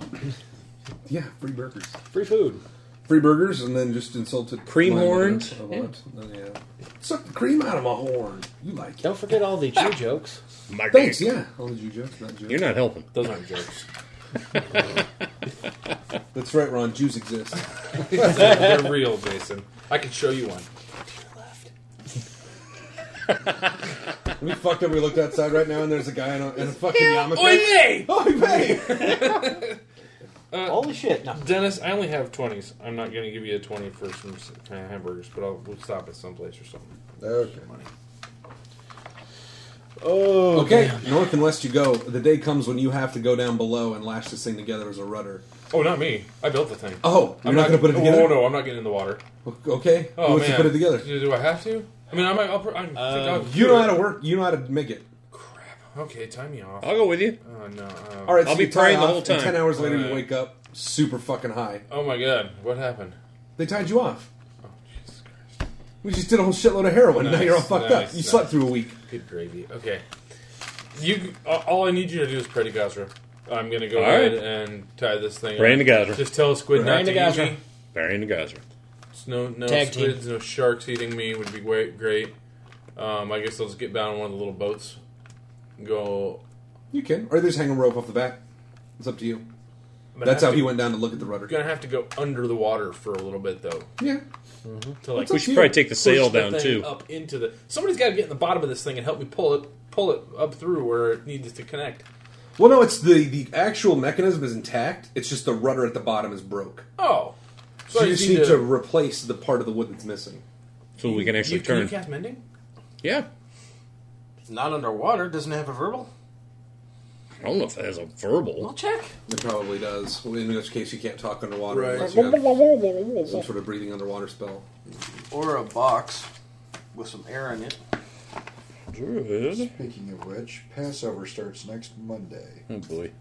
Speaker 2: Yeah, free burgers.
Speaker 4: Free food.
Speaker 2: Free burgers, and then just insulted.
Speaker 4: Cream
Speaker 2: my
Speaker 4: horned.
Speaker 2: ignorance of what. And, Yeah. Suck the cream out of my horn. You like it.
Speaker 11: Don't forget all the Jew jokes.
Speaker 4: My
Speaker 2: Thanks, yeah. All the Jew jokes, not jokes.
Speaker 4: You're not helping.
Speaker 5: Those aren't jokes.
Speaker 2: That's right, Ron. Jews exist.
Speaker 5: They're real, Jason. I can show you one.
Speaker 2: <laughs> We fucked up. We looked outside right now, and there's a guy in a, in a fucking yarmulke.
Speaker 5: Oh,
Speaker 2: Oh,
Speaker 5: Oy vey!
Speaker 2: Oy vey!
Speaker 5: Uh, Holy shit! Dennis, I only have twenties. I'm not going to give you a twenty for some s- uh, hamburgers, but I'll we'll stop at someplace or something.
Speaker 2: <laughs> Okay.
Speaker 5: Oh,
Speaker 2: okay,
Speaker 5: man.
Speaker 2: north and west you go. The day comes when you have to go down below and lash this thing together as a rudder.
Speaker 5: Oh, not me. I built the thing.
Speaker 2: Oh, you're
Speaker 5: I'm
Speaker 2: not gonna put it
Speaker 5: oh,
Speaker 2: together?
Speaker 5: Oh no, I'm not getting in the water.
Speaker 2: Okay,
Speaker 5: Oh
Speaker 2: who wants
Speaker 5: man,
Speaker 2: to put it together?
Speaker 5: Do, do I have to? I mean, I might. I'll, pr- I think
Speaker 7: Uh,
Speaker 5: I'll
Speaker 2: you know how to work. You know how to make it.
Speaker 5: Okay, tie me off.
Speaker 4: I'll go with you.
Speaker 5: Oh no! uh,
Speaker 2: All right, so you tie off, and Ten hours later, you wake up super fucking high.
Speaker 5: Oh my god, what happened?
Speaker 2: They tied you off. We just did a whole shitload of heroin. now you're all
Speaker 5: Nice,
Speaker 2: fucked up.
Speaker 5: nice,
Speaker 2: You
Speaker 5: nice.
Speaker 2: slept through a week.
Speaker 5: Good gravy. Okay. You. uh, All I need you to do is pray to Gazra. I'm gonna go
Speaker 7: All
Speaker 5: ahead
Speaker 7: right.
Speaker 5: and tie this thing.
Speaker 7: Pray
Speaker 5: up.
Speaker 7: to Gazra.
Speaker 5: Just tell Squid
Speaker 7: Pray
Speaker 5: not
Speaker 7: to
Speaker 5: to
Speaker 7: Gazra.
Speaker 5: eat me.
Speaker 7: Barry and Gazer.
Speaker 5: It's no no
Speaker 7: Tag team.
Speaker 5: squids, no sharks eating me would be great. Great. Um, I guess I'll just get down on one of the little boats. and Go.
Speaker 2: You can, or they just hang a rope off the back. It's up to you.
Speaker 5: But
Speaker 2: That's
Speaker 5: I
Speaker 2: how
Speaker 5: have
Speaker 2: he
Speaker 5: to-
Speaker 2: went down to look at the rudder.
Speaker 5: Gonna have to go under the water for a little bit though.
Speaker 2: Yeah.
Speaker 5: To, like,
Speaker 7: Mm-hmm. We should probably take the
Speaker 5: push
Speaker 7: sail
Speaker 5: the
Speaker 7: down,
Speaker 5: thing
Speaker 7: too.
Speaker 5: Up into the. Somebody's got to get in the bottom of this thing and help me pull it, pull it up through where it needs to connect.
Speaker 2: Well, no, it's the the actual mechanism is intact. It's just the rudder at the bottom is broke.
Speaker 5: Oh,
Speaker 2: So,
Speaker 5: I
Speaker 2: you just need to, replace the part of the wood that's missing.
Speaker 7: So we can actually
Speaker 5: you, Can you cast mending?
Speaker 7: Yeah.
Speaker 8: Not underwater. Doesn't it have a verbal?
Speaker 7: I don't know if that has a verbal.
Speaker 8: I'll check.
Speaker 2: It probably does. Well, In which case, you can't talk underwater
Speaker 8: Right.
Speaker 2: unless you have some sort of breathing underwater spell.
Speaker 8: Or a box with some air in it.
Speaker 3: Speaking of which, Passover starts next Monday.
Speaker 7: Oh boy.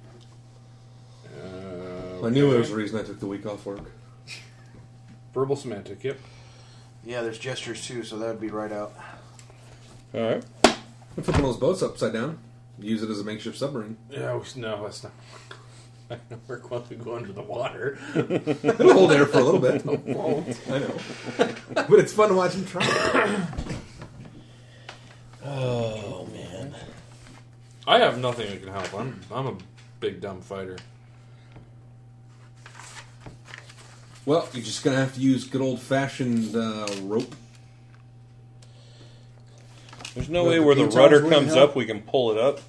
Speaker 4: Uh,
Speaker 2: I knew there was a reason I took the week off work.
Speaker 5: Verbal semantic. Yep.
Speaker 8: Yeah, there's gestures too, so that would be right out.
Speaker 7: All right.
Speaker 2: I'm flipping those boats upside down. Use it as a makeshift submarine.
Speaker 5: Yeah. we- No, that's not. <laughs> I don't work well to go under the water. <laughs>
Speaker 2: It'll hold air for a little bit.
Speaker 5: It <laughs> won't.
Speaker 2: I know. But it's fun to watch him try.
Speaker 5: Oh man. I have nothing that can help. I'm I'm a big dumb fighter.
Speaker 2: Well, you're just gonna have to use good old fashioned uh, rope.
Speaker 4: There's no
Speaker 2: Well,
Speaker 4: way
Speaker 2: the
Speaker 4: where the
Speaker 2: pitons
Speaker 4: rudder
Speaker 2: wouldn't
Speaker 4: comes
Speaker 2: help.
Speaker 4: up, we can pull it up,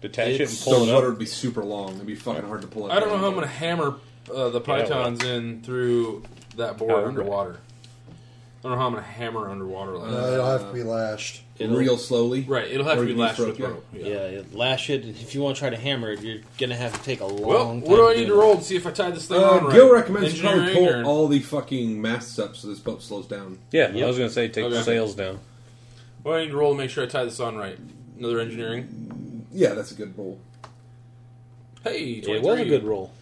Speaker 4: detach it, and
Speaker 2: It's-
Speaker 4: pull
Speaker 2: the
Speaker 4: it
Speaker 2: rudder
Speaker 4: up.
Speaker 2: would be super long. It'd be fucking hard to pull it.
Speaker 5: I don't know how I'm gonna hammer uh, the pythons in through that board
Speaker 2: Oh, right.
Speaker 5: underwater. I don't know how I'm gonna hammer underwater like
Speaker 3: No,
Speaker 5: that.
Speaker 3: it'll
Speaker 11: Uh,
Speaker 3: have to be lashed.
Speaker 2: real slowly.
Speaker 5: Right, it'll have
Speaker 3: Or
Speaker 5: to be
Speaker 3: you
Speaker 5: lashed
Speaker 3: throw
Speaker 5: with
Speaker 3: it, yeah.
Speaker 5: rope.
Speaker 17: Yeah, you lash it. and If you want to try to hammer it, you're gonna have to take a long
Speaker 5: Well,
Speaker 17: time.
Speaker 5: what do I
Speaker 17: to
Speaker 5: need
Speaker 17: do
Speaker 5: to
Speaker 17: it.
Speaker 5: roll to see if I tie this thing
Speaker 2: Uh,
Speaker 5: on right?
Speaker 2: Gil recommends you probably
Speaker 5: Engineering
Speaker 2: pull
Speaker 5: or-
Speaker 2: all the fucking masts up so this boat slows down.
Speaker 4: Yeah, I was going to say take the
Speaker 5: Okay.
Speaker 4: sails down.
Speaker 5: What do I need to roll to make sure I tie this on right? Another engineering.
Speaker 2: Yeah, that's a good roll.
Speaker 5: Hey, 23.
Speaker 2: roll.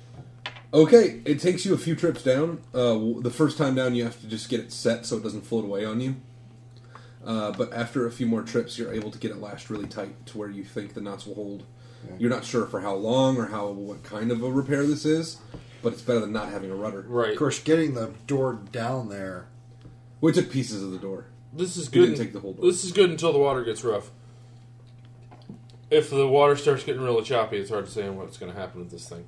Speaker 2: Okay, it takes you a few trips down. Uh, w- the first time down, you have to just get it set so it doesn't float away on you. Uh, but after a few more trips, you're able to get it lashed really tight to where you think the knots will hold. You're not sure for how long or how what kind of a repair this is, but it's better than not having a rudder.
Speaker 5: Right.
Speaker 3: Of course, getting the door down there.
Speaker 2: We took pieces of the door.
Speaker 5: This is
Speaker 2: We
Speaker 5: good.
Speaker 2: didn't take the whole door.
Speaker 5: This is good until the water gets rough. If the water starts getting really choppy, it's hard to say what's going to happen with this thing.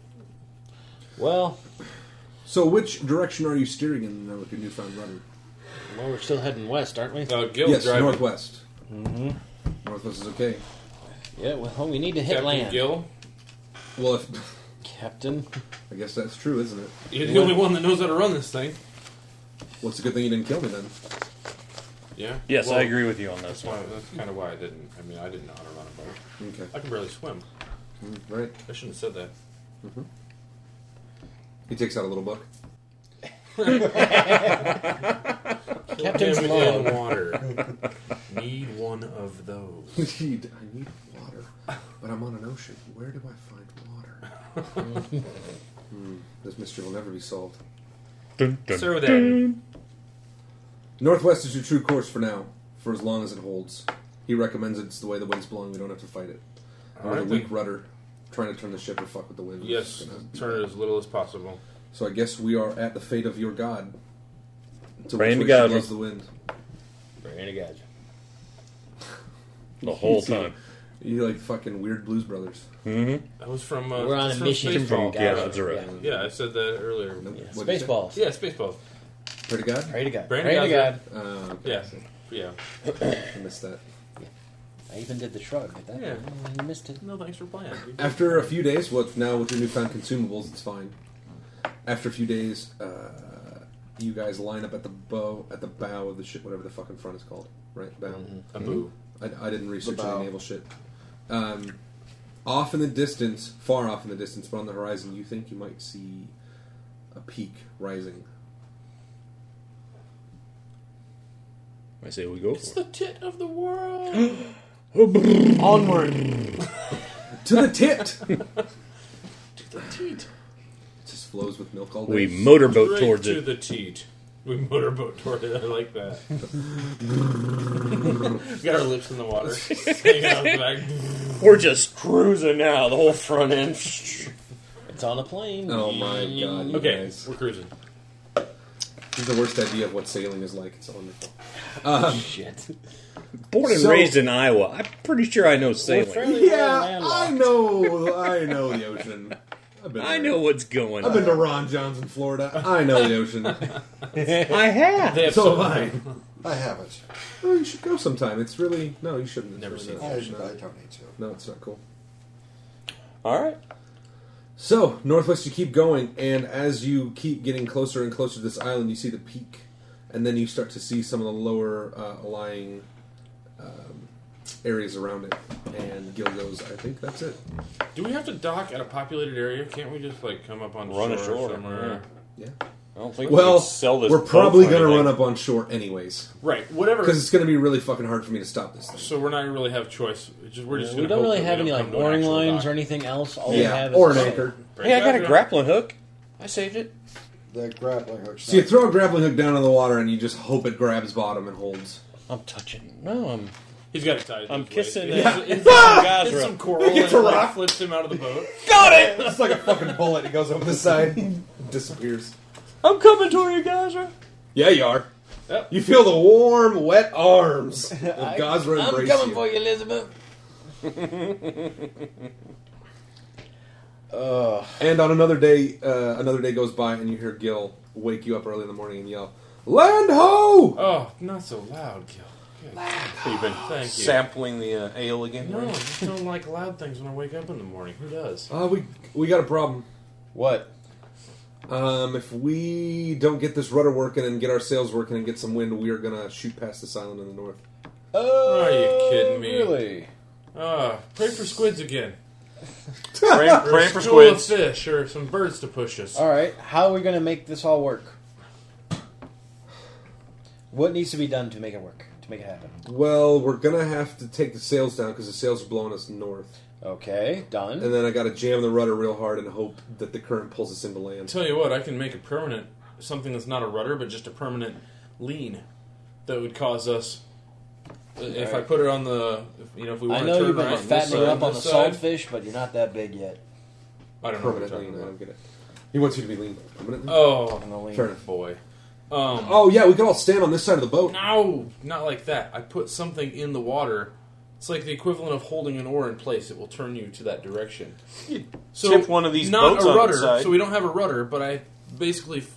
Speaker 2: Well. So, which direction are you steering in there with your newfound rudder?
Speaker 17: Well, we're still heading west, aren't we?
Speaker 5: Uh,
Speaker 2: yes, northwest.
Speaker 17: Mm-hmm.
Speaker 2: Northwest is okay.
Speaker 17: Yeah. Well, we need to hit
Speaker 5: Captain
Speaker 17: land.
Speaker 5: Gill?
Speaker 2: Well, if, <laughs>
Speaker 17: Captain.
Speaker 2: I guess that's true, isn't it?
Speaker 5: You're the only one that knows how to run this thing.
Speaker 2: Well, it's a good thing you didn't kill me then.
Speaker 5: Yeah.
Speaker 2: Yes,
Speaker 4: I agree with you on this
Speaker 5: That's, why, that's kind of why I didn't. I mean, I didn't know how to run a boat.
Speaker 2: Okay.
Speaker 5: I can barely swim.
Speaker 2: Right.
Speaker 5: I shouldn't have said that.
Speaker 2: He takes out a little book.
Speaker 5: Captain's
Speaker 2: Him in
Speaker 5: log. water.
Speaker 7: <laughs>
Speaker 5: Need one of those.
Speaker 2: Indeed, I need water, but I'm on an ocean. Where do I find water? <laughs> Hmm, this mystery will never be solved.
Speaker 5: So then,
Speaker 2: Northwest is your true course for now, for as long as it holds. He recommends it's the way the wind's blowing. We don't have to fight it. And
Speaker 5: All
Speaker 2: with a
Speaker 5: right,
Speaker 2: weak
Speaker 5: then.
Speaker 2: rudder, trying to turn the ship to fuck with the wind.
Speaker 5: Yes, turn it as little as possible.
Speaker 2: So I guess we are at the fate of your god. To
Speaker 5: Praying to
Speaker 2: which way she
Speaker 5: God.
Speaker 2: blows the wind.
Speaker 5: Praying to God.
Speaker 7: The whole time.
Speaker 2: You like fucking weird Blues Brothers.
Speaker 7: Mm-hmm.
Speaker 5: <laughs> That was from. Uh,
Speaker 7: We're on a
Speaker 5: that's from
Speaker 7: mission
Speaker 5: Spaceballs.
Speaker 7: from Galaxy, Yeah, that's right.
Speaker 5: Yeah, I said that earlier.
Speaker 2: What'd you say? Spaceballs.
Speaker 5: Yeah, Spaceballs.
Speaker 2: Pray to God.
Speaker 5: Pray to God. Pray
Speaker 8: Pray to
Speaker 5: to God.
Speaker 2: God. Oh, okay.
Speaker 5: Yeah. Yeah.
Speaker 2: I missed that.
Speaker 8: I even did the shrug at that.
Speaker 5: Yeah.
Speaker 11: "Oh,
Speaker 8: point. I missed it.
Speaker 5: No, thanks for playing.
Speaker 2: After a few days, what now with your newfound consumables, it's fine. After a few days, uh, you guys line up at the bow at the bow of the ship, whatever the fucking front is called, right? Bow.
Speaker 5: A bow.
Speaker 2: I, I didn't research
Speaker 5: Mm-hmm. The
Speaker 2: any
Speaker 5: bow.
Speaker 2: naval shit. Um, off in the distance, far off in the distance, but on the horizon, you think you might see a peak rising.
Speaker 7: I say we go
Speaker 16: It's
Speaker 7: for
Speaker 16: the tit of the
Speaker 5: <gasps>
Speaker 16: world.
Speaker 7: it.
Speaker 16: Onward.
Speaker 2: to the
Speaker 5: <laughs>
Speaker 2: tit.
Speaker 16: to the teat.
Speaker 2: It just flows with milk all day.
Speaker 7: We motorboat
Speaker 5: Straight
Speaker 7: towards
Speaker 5: to
Speaker 7: it.
Speaker 5: the teat. We motorboat toward it. I like that. <laughs> Got our lips in the <laughs> water. Hanging out the back.
Speaker 7: We're just cruising now. The whole front end.
Speaker 11: It's on a plane. <laughs>
Speaker 2: Oh my god! You
Speaker 5: Mm-hmm. Okay,
Speaker 2: guys.
Speaker 5: we're cruising.
Speaker 2: This is the worst idea of what sailing is like. It's wonderful.
Speaker 7: Shit. Born and
Speaker 2: So-
Speaker 7: raised in Iowa. I'm pretty sure I know sailing.
Speaker 2: Yeah, I know. I know the ocean. I've been
Speaker 7: I
Speaker 2: there.
Speaker 7: know what's going
Speaker 2: I've been
Speaker 7: on.
Speaker 2: to Ron Johns in Florida. I know the ocean.
Speaker 7: I have. They have
Speaker 2: <laughs> So
Speaker 7: some-
Speaker 2: have I.
Speaker 3: I haven't.
Speaker 2: Oh, you should go sometime. It's really no, you shouldn't. It's
Speaker 3: Never
Speaker 2: really
Speaker 3: seen
Speaker 2: not-
Speaker 3: it.
Speaker 2: it's not-
Speaker 3: I don't need to.
Speaker 2: No, it's not cool.
Speaker 7: All right.
Speaker 2: So northwest, you keep going, and as you keep getting closer and closer to this island, you see the peak, and then you start to see some of the lower uh, lying um, areas around it. And Gil goes, "I think that's it."
Speaker 5: Do we have to dock at a populated area? Can't we just like come up on
Speaker 7: Run
Speaker 5: shore,
Speaker 7: ashore,
Speaker 5: somewhere?
Speaker 2: Yeah.
Speaker 7: I don't think
Speaker 2: well,
Speaker 7: we can sell this.
Speaker 2: we're
Speaker 7: boat
Speaker 2: probably
Speaker 7: for
Speaker 2: going to
Speaker 7: anything.
Speaker 2: run up on shore anyways,
Speaker 5: Right, whatever.
Speaker 2: Because it's going to be really fucking hard for me to stop this. Thing.
Speaker 5: So we're not gonna really have choice. It's Just, we're just
Speaker 11: we
Speaker 5: gonna
Speaker 11: don't
Speaker 5: hope
Speaker 11: really
Speaker 5: that
Speaker 11: have
Speaker 5: we
Speaker 11: any
Speaker 5: don't
Speaker 11: like
Speaker 5: come to an
Speaker 11: mooring
Speaker 5: actual
Speaker 11: lines
Speaker 5: dock.
Speaker 11: or anything else. All we
Speaker 2: Yeah,
Speaker 11: have
Speaker 2: or
Speaker 11: is
Speaker 2: an
Speaker 11: a-
Speaker 2: anchor.
Speaker 7: Hey, I got a grappling hook.
Speaker 11: I saved it.
Speaker 3: The grappling hook.
Speaker 2: So you throw a grappling hook down in the water and you just hope it grabs bottom and holds.
Speaker 7: I'm touching. No, I'm.
Speaker 5: He's got it tied.
Speaker 7: I'm
Speaker 5: his
Speaker 7: kissing
Speaker 5: waist.
Speaker 7: the-
Speaker 2: <laughs>
Speaker 5: It's- it's
Speaker 7: Ah!
Speaker 5: some guys
Speaker 7: It's
Speaker 5: are
Speaker 7: some
Speaker 5: up.
Speaker 7: coral
Speaker 5: He gets a
Speaker 7: and it, like,
Speaker 5: rock, flips him out of the boat.
Speaker 7: Got it!
Speaker 2: <laughs> It's like a fucking bullet. It goes over the side, and disappears.
Speaker 7: I'm coming toward you, Gazra.
Speaker 2: Yeah, you are.
Speaker 5: Yep.
Speaker 2: You feel the warm, wet arms of Gosra
Speaker 11: I'm
Speaker 2: embrace
Speaker 11: coming
Speaker 2: you.
Speaker 11: for you, Elizabeth.
Speaker 2: and on another day, uh, another day goes by, and you hear Gil wake you up early in the morning and yell, "Land ho!"
Speaker 5: Oh, not so loud, Gil. Good.
Speaker 15: You've been
Speaker 5: Thank you.
Speaker 15: sampling the uh, ale again.
Speaker 5: No, I
Speaker 15: right?
Speaker 5: just don't like loud things when I wake up in the morning. Who does?
Speaker 2: Uh, we we got a problem.
Speaker 11: What?
Speaker 2: Um, if we don't get this rudder working and get our sails working and get some wind, we are gonna shoot past this island in the north.
Speaker 11: Oh,
Speaker 5: Are you kidding me?
Speaker 11: Really?
Speaker 5: Uh, pray for squids again.
Speaker 15: Pray-
Speaker 5: Or a
Speaker 15: pray for
Speaker 5: school of
Speaker 15: squids.
Speaker 5: fish or some birds to push us.
Speaker 11: All right. How are we going to make this all work? What needs to be done to make it work? To make it happen?
Speaker 2: Well, we're gonna have to take the sails down because the sails are blowing us north.
Speaker 11: Okay, done.
Speaker 2: And then I gotta jam the rudder real hard and hope that the current pulls us into land.
Speaker 5: Tell you what, I can make a permanent something that's not a rudder, but just a permanent lean that would cause us. uh, If I
Speaker 11: Alright.
Speaker 5: put it on the, if, you know, if we
Speaker 11: I
Speaker 5: want to
Speaker 11: know
Speaker 5: turn
Speaker 11: you've
Speaker 5: around
Speaker 11: been
Speaker 5: this
Speaker 11: fattening
Speaker 5: side,
Speaker 11: up on the
Speaker 5: this side,
Speaker 11: saltfish, but you're not that big yet.
Speaker 5: I don't know what
Speaker 2: Permanently,
Speaker 5: you're talking
Speaker 2: I don't
Speaker 5: about.
Speaker 2: get it. He wants you to be lean. Permanently?
Speaker 5: Oh,
Speaker 2: Fair enough.
Speaker 5: boy. Um,
Speaker 2: Oh yeah, we could all stand on this side of the boat.
Speaker 5: No, not like that. I put something in the water. It's like the equivalent of holding an oar in place. It will turn you to that direction.
Speaker 15: tip one of these
Speaker 5: not
Speaker 15: boats
Speaker 5: a
Speaker 15: on its
Speaker 5: rudder.
Speaker 15: side.
Speaker 5: So we don't have a rudder, but I basically f-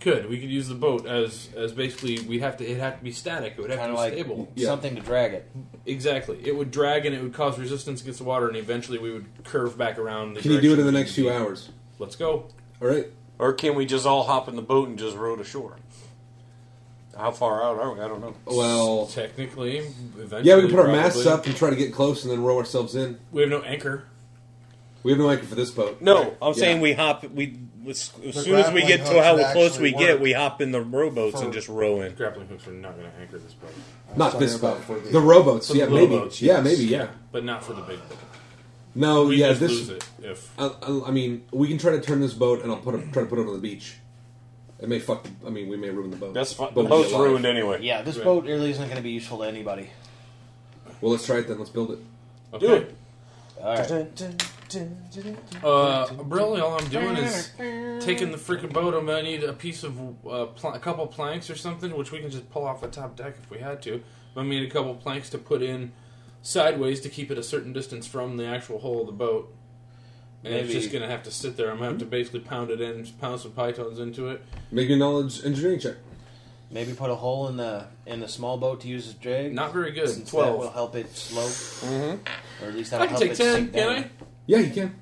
Speaker 5: could. We could use the boat as as basically we have to. It have to be static. It would have
Speaker 11: Kind
Speaker 5: to
Speaker 11: of
Speaker 5: be
Speaker 11: like
Speaker 5: stable.
Speaker 11: something to drag it.
Speaker 5: Exactly. It would drag and it would cause resistance against the water, and eventually we would curve back around. The
Speaker 2: Can you do it
Speaker 5: direction
Speaker 2: in the
Speaker 5: we
Speaker 2: next few
Speaker 5: need to be.
Speaker 2: hours?
Speaker 5: Let's go.
Speaker 2: All right.
Speaker 15: Or can we just all hop in the boat and just row to shore? How far out are we? I don't know.
Speaker 2: Well,
Speaker 5: technically, eventually,
Speaker 2: Yeah, we can put our masts
Speaker 5: probably.
Speaker 2: up and try to get close and then row ourselves in.
Speaker 5: We have no anchor.
Speaker 2: We have no anchor for this boat.
Speaker 7: No, I'm
Speaker 2: Yeah.
Speaker 7: saying we hop. We as,
Speaker 2: The
Speaker 7: as soon as we
Speaker 2: grappling
Speaker 7: get to
Speaker 2: hooks
Speaker 7: how
Speaker 2: would
Speaker 7: close
Speaker 2: actually
Speaker 7: we get,
Speaker 2: work
Speaker 7: we hop in the rowboats
Speaker 2: for-
Speaker 7: and just row in.
Speaker 5: Grappling hooks are not going to anchor this boat.
Speaker 2: Not this boat. The rowboats.
Speaker 5: For
Speaker 2: yeah,
Speaker 5: the
Speaker 2: maybe.
Speaker 5: rowboats,
Speaker 2: yeah,
Speaker 5: yes.
Speaker 2: maybe. Yeah.
Speaker 5: but not for the big boat.
Speaker 2: No.
Speaker 5: We
Speaker 2: yeah.
Speaker 5: just
Speaker 2: this. Uh,
Speaker 5: lose it if-
Speaker 2: I, I- I mean, we can try to turn this boat, and I'll put it, try to put it on the beach. It may fuck. The, I mean, we may ruin the boat.
Speaker 15: That's fine. The
Speaker 2: Boat will be
Speaker 15: boat's
Speaker 2: alive.
Speaker 15: ruined anyway.
Speaker 11: Yeah, this
Speaker 2: Right.
Speaker 11: boat really isn't going to be useful to anybody.
Speaker 2: Well, let's try it then. Let's build it.
Speaker 5: Okay.
Speaker 11: All right.
Speaker 5: Uh, really, all I'm doing is taking the freaking boat. I'm gonna need a piece of uh, pl- a couple planks or something, which we can just pull off the top deck if we had to. I'm gonna need a couple planks to put in sideways to keep it a certain distance from the actual hull of the boat. And it's
Speaker 2: Maybe-
Speaker 5: just gonna have to sit there. I'm gonna have to basically pound it in, pound some pythons into it.
Speaker 2: Make a knowledge engineering check.
Speaker 11: Maybe put a hole in the in the small boat to use as drag.
Speaker 5: Not very good.
Speaker 11: Since That
Speaker 5: Twelve.
Speaker 11: will help it slope,
Speaker 15: Mm-hmm.
Speaker 11: or at least that'll
Speaker 5: I can
Speaker 11: help
Speaker 5: take
Speaker 11: it
Speaker 5: ten,
Speaker 11: sink
Speaker 5: can
Speaker 11: down.
Speaker 5: I?
Speaker 2: Yeah, you can.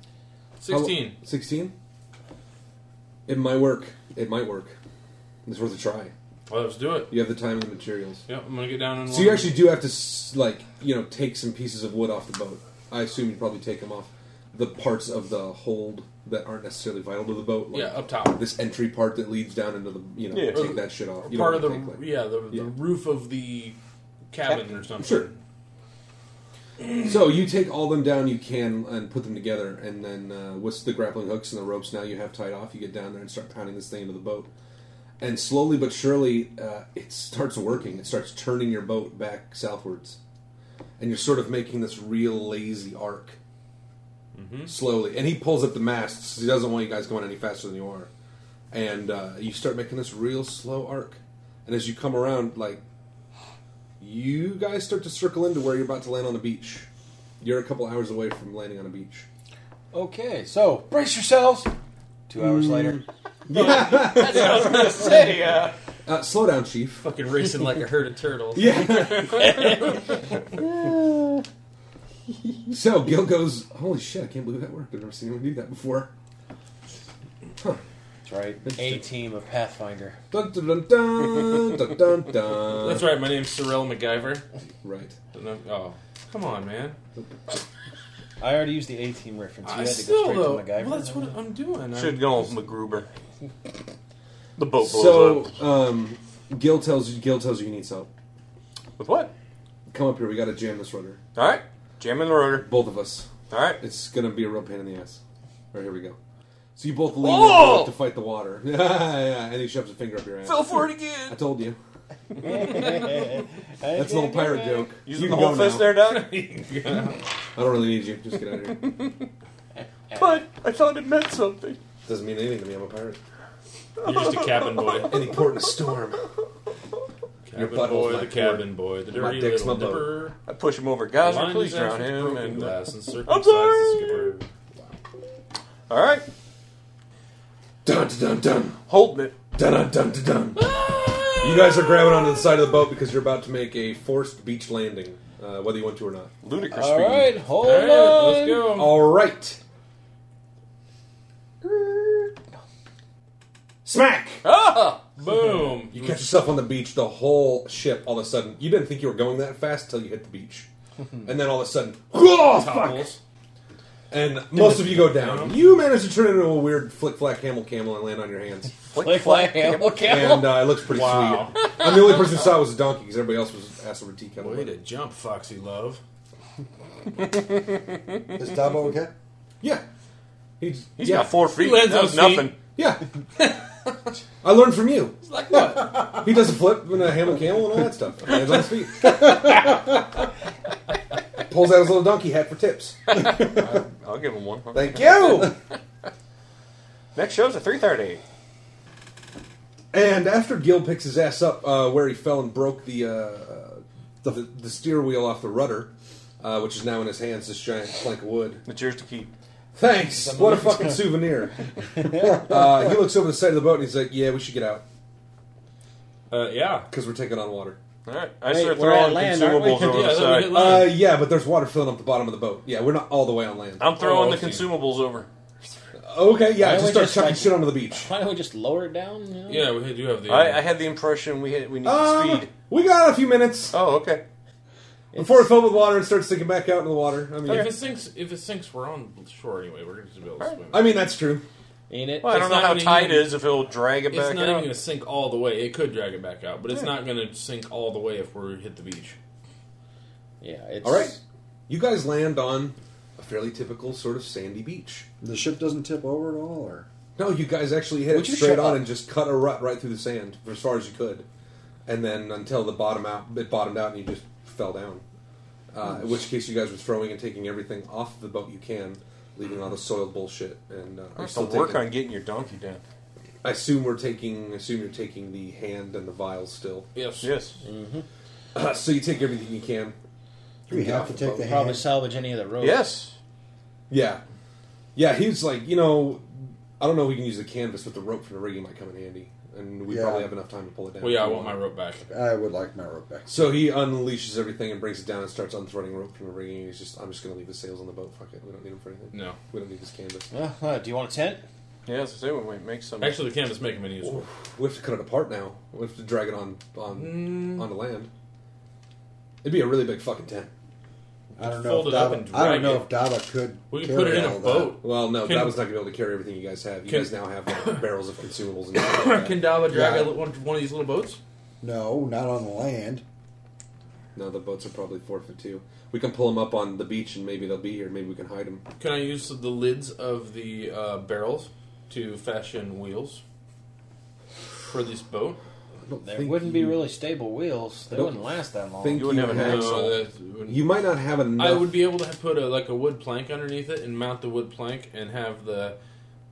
Speaker 5: 16.
Speaker 2: Sixteen. It might work. It might work. It's worth a try.
Speaker 5: Well, let's do it.
Speaker 2: You have the time and the materials.
Speaker 5: Yep, I'm gonna get down and.
Speaker 2: So you actually do have to, s- like, you know, take some pieces of wood off the boat. I assume you probably take them off the parts of the hold that aren't necessarily vital to the boat. Like
Speaker 5: Yeah, up top.
Speaker 2: This entry part that leads down into the, you know,
Speaker 5: Yeah.
Speaker 2: take that shit off. You
Speaker 5: part of
Speaker 2: don't
Speaker 5: the
Speaker 2: take, like-
Speaker 5: yeah, the, the roof of the cabin or something.
Speaker 2: Sure. So you take all them down you can and put them together, and then uh, with the grappling hooks and the ropes now you have tied off, you get down there and start pounding this thing into the boat. And slowly but surely, uh, it starts working. It starts turning your boat back southwards, and you're sort of making this real lazy arc. Slowly, and he pulls up the masts. 'cause He doesn't want you guys going any faster than you are, and uh, you start making this real slow arc. And as you come around, like you guys start to circle into where you're about to land on the beach. You're a couple hours away from landing on a beach.
Speaker 11: Okay, so brace yourselves. Two hours
Speaker 15: Mm.
Speaker 11: later.
Speaker 2: Yeah.
Speaker 11: That's what I was gonna say, uh.
Speaker 2: Uh, slow down, Chief.
Speaker 5: Fucking racing like a herd of turtles.
Speaker 2: Yeah. so Gil goes, "Holy shit! I can't believe that worked. I've never seen anyone do that before."
Speaker 11: That's right. A team of Pathfinder.
Speaker 2: Dun, dun, dun, dun, dun, dun, dun. <laughs>
Speaker 5: That's right. My name's Sorrel MacGyver.
Speaker 2: Right.
Speaker 5: Oh, come on, man.
Speaker 11: I already used the A team reference. You
Speaker 5: I
Speaker 11: had to go
Speaker 5: still
Speaker 11: straight
Speaker 5: though.
Speaker 11: to MacGyver.
Speaker 5: Well, that's what I'm doing. I'm-
Speaker 16: Should go with MacGruber. The boat blows
Speaker 2: So
Speaker 16: up.
Speaker 2: um, Gil tells you, Gil tells you he needs help.
Speaker 16: With what?
Speaker 2: Come up here. We got to jam this rudder.
Speaker 16: All right, jamming the rotor.
Speaker 2: Both of us.
Speaker 16: All right.
Speaker 2: It's gonna be a real pain in the ass. All right, here we go. So you both lean
Speaker 16: Oh!
Speaker 2: in to fight the water. <laughs> yeah, yeah, and he shoves a finger up your ass.
Speaker 16: Fell for it again.
Speaker 2: I told you.
Speaker 16: That's
Speaker 2: That's an old pirate joke.
Speaker 16: Using
Speaker 2: You
Speaker 16: the
Speaker 2: can
Speaker 16: whole
Speaker 2: go
Speaker 16: fist
Speaker 2: now.
Speaker 16: there,
Speaker 5: <laughs>
Speaker 16: Doug.
Speaker 2: I don't really need you. Just get out of here.
Speaker 16: <laughs> but I thought it meant something.
Speaker 2: Doesn't mean anything to me. I'm a pirate.
Speaker 5: You're just a cabin boy. <laughs>
Speaker 2: Any port in a storm.
Speaker 5: Cabin boy, the cabin boy, the dirty little dipper.
Speaker 16: I push him over, guys.
Speaker 5: Blind
Speaker 16: Please
Speaker 5: is
Speaker 16: drown
Speaker 5: after the
Speaker 16: him.
Speaker 5: broken
Speaker 16: And uh,
Speaker 5: glass and circumcised
Speaker 16: I'm
Speaker 5: the
Speaker 16: sorry. All right.
Speaker 2: Dun dun dun.
Speaker 16: Holding it.
Speaker 2: Dun dun dun dun. dun. You guys are grabbing onto the side of the boat because you're about to make a forced beach landing, uh, whether you want to or not.
Speaker 16: Ludicrous
Speaker 11: All right, hold
Speaker 2: All right,
Speaker 11: on.
Speaker 2: let's go. All right. Smack!
Speaker 16: Ah!
Speaker 5: Boom!
Speaker 2: You catch yourself on the beach, the whole ship all of a sudden. You didn't think you were going that fast till you hit the beach. and then all of a sudden, oh, fuck! And most of you go down. You manage to turn into a weird flick flack camel camel and land on your hands.
Speaker 11: Flick <laughs> flack camel
Speaker 16: <laughs>
Speaker 11: camel.
Speaker 2: And uh, it looks pretty
Speaker 11: Wow.
Speaker 2: sweet. I'm the only person who saw it was a donkey because everybody else was ass over tea kettle.
Speaker 5: Way to jump, Foxy Love.
Speaker 3: Is Dabo okay?
Speaker 2: Yeah. He's,
Speaker 16: He's got four feet. That was nothing. <laughs>
Speaker 2: Yeah. I learned from you. what? <laughs> He does a flip and a hammer camel and all that stuff. Lands on
Speaker 16: <laughs>
Speaker 2: his feet. Pulls out his little donkey hat for tips.
Speaker 16: I'll give him one.
Speaker 2: Thank you.
Speaker 16: <laughs> Next show's at three thirty.
Speaker 2: And after Gil picks his ass up uh, where he fell and broke the, uh, the the steer wheel off the rudder, uh, which is now in his hands, this giant plank of wood.
Speaker 16: It's yours to keep.
Speaker 2: Thanks.
Speaker 16: Someone-
Speaker 2: What a fucking souvenir. uh, he looks over the side of the boat and he's like, "Yeah, we should get out."
Speaker 5: Uh, yeah,
Speaker 2: because we're taking on water.
Speaker 16: All right, I Wait, start we're throwing at land, aren't we? consumables over the Yeah, side. hit land.
Speaker 2: Uh, yeah, but there's water filling up the bottom of the boat. Yeah, we're not all the way on land. Oh,
Speaker 16: I'm
Speaker 5: Oh,
Speaker 16: throwing the consumables over.
Speaker 2: Okay, yeah,
Speaker 16: Why don't
Speaker 2: just
Speaker 16: we
Speaker 2: start
Speaker 16: just,
Speaker 2: chucking
Speaker 16: like-
Speaker 2: shit onto the beach.
Speaker 11: Why don't we just lower it down? You know?
Speaker 5: Yeah, we do have the. uh,
Speaker 16: I, I had the impression we had we need
Speaker 2: Um,
Speaker 16: speed.
Speaker 2: We got a few minutes.
Speaker 16: Oh, okay.
Speaker 2: Before it fills with water and starts sinking back out into the water. I mean,
Speaker 5: If it sinks, if it sinks, we're on shore anyway. We're gonna just be able to swim.
Speaker 2: I mean that's true.
Speaker 11: Ain't it?
Speaker 16: Well, I don't
Speaker 5: It's
Speaker 16: know
Speaker 5: not
Speaker 16: how
Speaker 5: gonna
Speaker 16: tight it
Speaker 5: even-
Speaker 16: is if it'll drag it
Speaker 5: It's
Speaker 16: back
Speaker 5: not even
Speaker 16: out.
Speaker 5: gonna sink all the way. It could drag it back out, but it's
Speaker 16: Yeah.
Speaker 5: not gonna sink all the way if we hit the beach.
Speaker 11: Yeah, it's
Speaker 2: all right. You guys land on a fairly typical sort of sandy beach.
Speaker 3: The ship doesn't tip over at all, or
Speaker 2: No, you guys actually hit
Speaker 3: Would
Speaker 2: it
Speaker 3: you
Speaker 2: straight
Speaker 3: shut
Speaker 2: on
Speaker 3: up?
Speaker 2: and just cut a rut right through the sand for as far as you could, and then until the bottom out, it bottomed out, and you just fell down. Uh, in which case, you guys were throwing and taking everything off the boat you can, leaving all the soiled bullshit. And uh,
Speaker 4: I'll
Speaker 2: I'm
Speaker 4: have to work on getting your donkey down.
Speaker 2: I assume we're taking. I assume you're taking the hand and the vial still. <clears throat>
Speaker 5: Yes.
Speaker 4: Yes.
Speaker 16: Mm.
Speaker 2: Mm-hmm. Uh, so you take everything you can.
Speaker 3: We have to take the
Speaker 2: hand.
Speaker 11: Probably salvage any of the rope.
Speaker 2: Yes. Yeah. Yeah, he was like, you know, I don't know if we can use the canvas, but the rope from the rigging might come in handy. And we
Speaker 3: Yeah.
Speaker 2: probably have enough time to pull it down.
Speaker 5: Well, yeah, I want my rope back.
Speaker 3: I would like my rope back.
Speaker 2: So he unleashes everything and brings it down and starts unthreading rope from the rigging. He's just, I'm just going to leave the sails on the boat. Fuck it. We don't need them for anything.
Speaker 5: No.
Speaker 2: We don't need this canvas.
Speaker 11: Uh, do you want a tent?
Speaker 4: Yeah, as I say, we might make some.
Speaker 5: Actually, the canvas make many useful.
Speaker 2: We have to cut it apart now. We have to drag it on on
Speaker 5: Mm.
Speaker 2: onto land. It'd be a really big fucking tent.
Speaker 3: I don't know. If Dava, I don't know if Dava could. carry all that.
Speaker 2: Well, no,
Speaker 5: Can- <coughs>
Speaker 2: Dava's not gonna be able to carry everything you guys have. You
Speaker 5: Can-
Speaker 2: guys now have
Speaker 5: <laughs>
Speaker 2: like, barrels of consumables. And stuff like that.
Speaker 5: Can Dava drag
Speaker 2: Yeah.
Speaker 5: a li- one, one of these little boats?
Speaker 3: No, not on the land.
Speaker 2: No, the boats are probably forfeit too. We can pull them up on the beach, and maybe they'll be here. Maybe we can hide them.
Speaker 5: Can I use the lids of the uh, barrels to fashion wheels for this boat?
Speaker 11: There wouldn't be really stable wheels. They wouldn't last that long.
Speaker 2: Think you, have-
Speaker 5: No, that wouldn't-
Speaker 2: You might not have enough.
Speaker 5: I would be able to have put a, like a wood plank underneath it and mount the wood plank and have the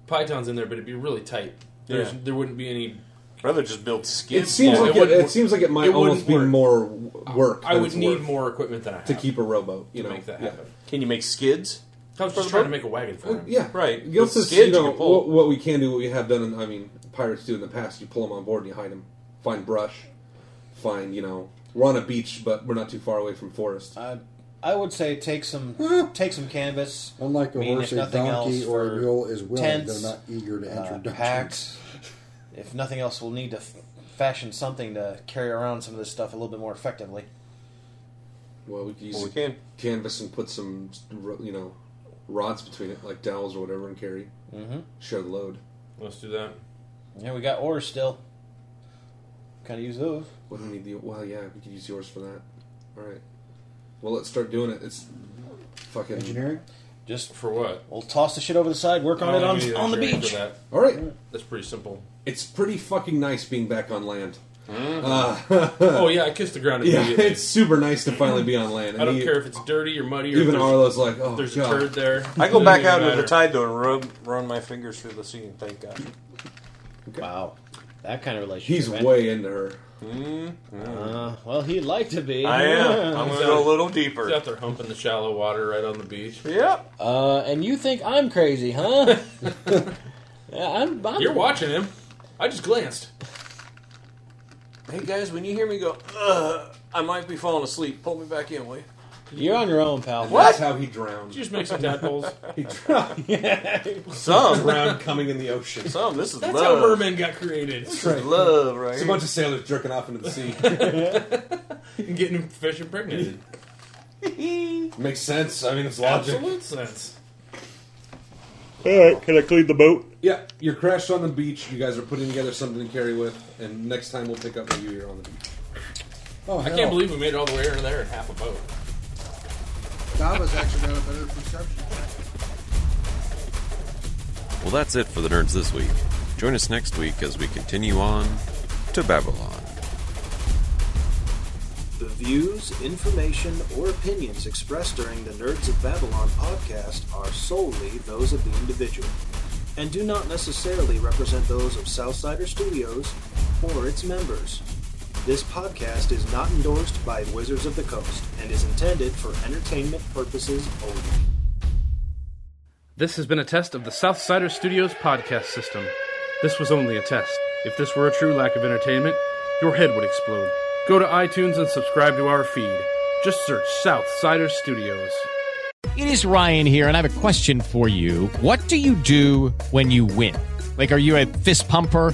Speaker 5: pythons in there, but it'd be really tight. There's,
Speaker 2: Yeah.
Speaker 5: There wouldn't be any.
Speaker 4: Rather just build
Speaker 2: It seems like it,
Speaker 5: wouldn't
Speaker 2: it
Speaker 5: work.
Speaker 2: seems like it might
Speaker 5: wouldn't
Speaker 2: almost be
Speaker 5: work.
Speaker 2: more w- work.
Speaker 5: I
Speaker 2: than
Speaker 5: would
Speaker 2: it's
Speaker 5: need
Speaker 2: worth
Speaker 5: more equipment than I have
Speaker 2: to keep a rowboat. You
Speaker 5: to
Speaker 2: know,
Speaker 5: make that
Speaker 2: Yeah.
Speaker 5: happen.
Speaker 4: Can you make skids?
Speaker 5: I was just trying to make a wagon for him.
Speaker 2: Yeah,
Speaker 4: Right.
Speaker 2: Let's
Speaker 4: With
Speaker 2: just,
Speaker 4: skids
Speaker 2: you
Speaker 4: you
Speaker 2: know
Speaker 4: can pull.
Speaker 2: what, what we can do, what we have done. In, I mean, pirates do in the past. You pull them on board and you hide them. Find brush. Find you know we're on a beach, but we're not too far away from forest.
Speaker 5: Uh,
Speaker 11: I, I would say take some take some canvas.
Speaker 3: Unlike a
Speaker 11: I mean,
Speaker 3: horse,
Speaker 11: if
Speaker 3: a
Speaker 11: nothing
Speaker 3: donkey,
Speaker 11: else,
Speaker 3: or a
Speaker 11: for
Speaker 3: mule is willing.
Speaker 11: Tents,
Speaker 3: They're not eager to
Speaker 11: uh,
Speaker 3: enter dungeons.
Speaker 11: packs. If nothing else, we'll need to f- fashion something to carry around some of this stuff a little bit more effectively.
Speaker 2: Well, we can use
Speaker 11: Well, we
Speaker 4: can.
Speaker 2: canvas and put some ro- you know rods between it, like dowels or whatever, and carry.
Speaker 5: Mm-hmm.
Speaker 11: Mhm.
Speaker 2: Share the load.
Speaker 5: Let's do that.
Speaker 11: Yeah, we got oars still. Kind of use those.
Speaker 2: Well, we need the well, yeah, we could use yours for that. All right. Well, let's start doing it. It's fucking
Speaker 3: engineering.
Speaker 11: Just
Speaker 5: for what?
Speaker 11: We'll toss the shit over the side. Work on
Speaker 5: I
Speaker 11: it
Speaker 5: don't
Speaker 11: on,
Speaker 5: need
Speaker 11: on the
Speaker 5: engineering
Speaker 11: beach.
Speaker 5: for that.
Speaker 2: All right.
Speaker 5: That's pretty simple.
Speaker 2: It's pretty fucking nice being back on land. Uh,
Speaker 5: oh yeah, I kissed the ground
Speaker 2: yeah,
Speaker 5: immediately.
Speaker 2: it's super nice to finally be on land.
Speaker 5: <laughs> I don't
Speaker 2: mean,
Speaker 5: care if it's dirty or muddy. Or
Speaker 2: Even
Speaker 5: if there's-
Speaker 2: Arlo's like, oh,
Speaker 5: there's
Speaker 2: God.
Speaker 5: a turd there.
Speaker 4: I go
Speaker 5: Doesn't
Speaker 4: back
Speaker 5: even
Speaker 4: out into
Speaker 5: matter.
Speaker 4: the tide though and rub run my fingers through the sea and thank God.
Speaker 11: Wow, that kind of relationship.
Speaker 2: He's
Speaker 11: man.
Speaker 2: way into her.
Speaker 11: Uh, well, he'd like to be.
Speaker 5: He's out- He's out there humping the shallow water right on the beach.
Speaker 4: Yep.
Speaker 11: Uh, and you think I'm crazy,
Speaker 5: <laughs>
Speaker 11: huh? <laughs> yeah, I'm, I'm.
Speaker 5: You're watching him. I just glanced.
Speaker 4: Hey guys, when you hear me go, Ugh, I might be falling asleep. Pull me back in, will you?
Speaker 11: You're on your own, pal.
Speaker 4: What?
Speaker 2: That's how he drowned.
Speaker 4: Did you just make some tadpoles?
Speaker 2: he drowned.
Speaker 4: Some.
Speaker 2: drowned coming in the ocean.
Speaker 4: Some. This is
Speaker 5: That's
Speaker 4: love.
Speaker 5: how mermen got created.
Speaker 4: This is love, right?
Speaker 2: It's a
Speaker 4: here.
Speaker 2: bunch of sailors jerking off into the
Speaker 5: <laughs>
Speaker 2: sea.
Speaker 5: and <laughs> getting fish impregnated.
Speaker 2: Makes sense. I mean, it's logic.
Speaker 5: Absolute sense.
Speaker 4: All right, can I clean the boat?
Speaker 2: Yeah, you're crashed on the beach. You guys are putting together something to carry with, and next time we'll pick up with you here on the beach.
Speaker 3: Oh,
Speaker 5: I can't believe we made it all the way over there in half a boat.
Speaker 3: Dava's actually got a better perception.
Speaker 18: Well, that's it for the nerds this week. Join us next week as we continue on to Babylon.
Speaker 8: The views, information, or opinions expressed during the Nerds of Babylon podcast are solely those of the individual and do not necessarily represent those of Southsider Studios or its members. This podcast is not endorsed by Wizards of the Coast and is intended for entertainment purposes only.
Speaker 19: This has been a test of the Southsider Studios podcast system. This was only a test. If this were a true lack of entertainment, your head would explode. Go to iTunes and subscribe to our feed. Just search Southsider Studios.
Speaker 20: It is Ryan here, and I have a question for you. What do you do when you win? Like, are you a fist pumper?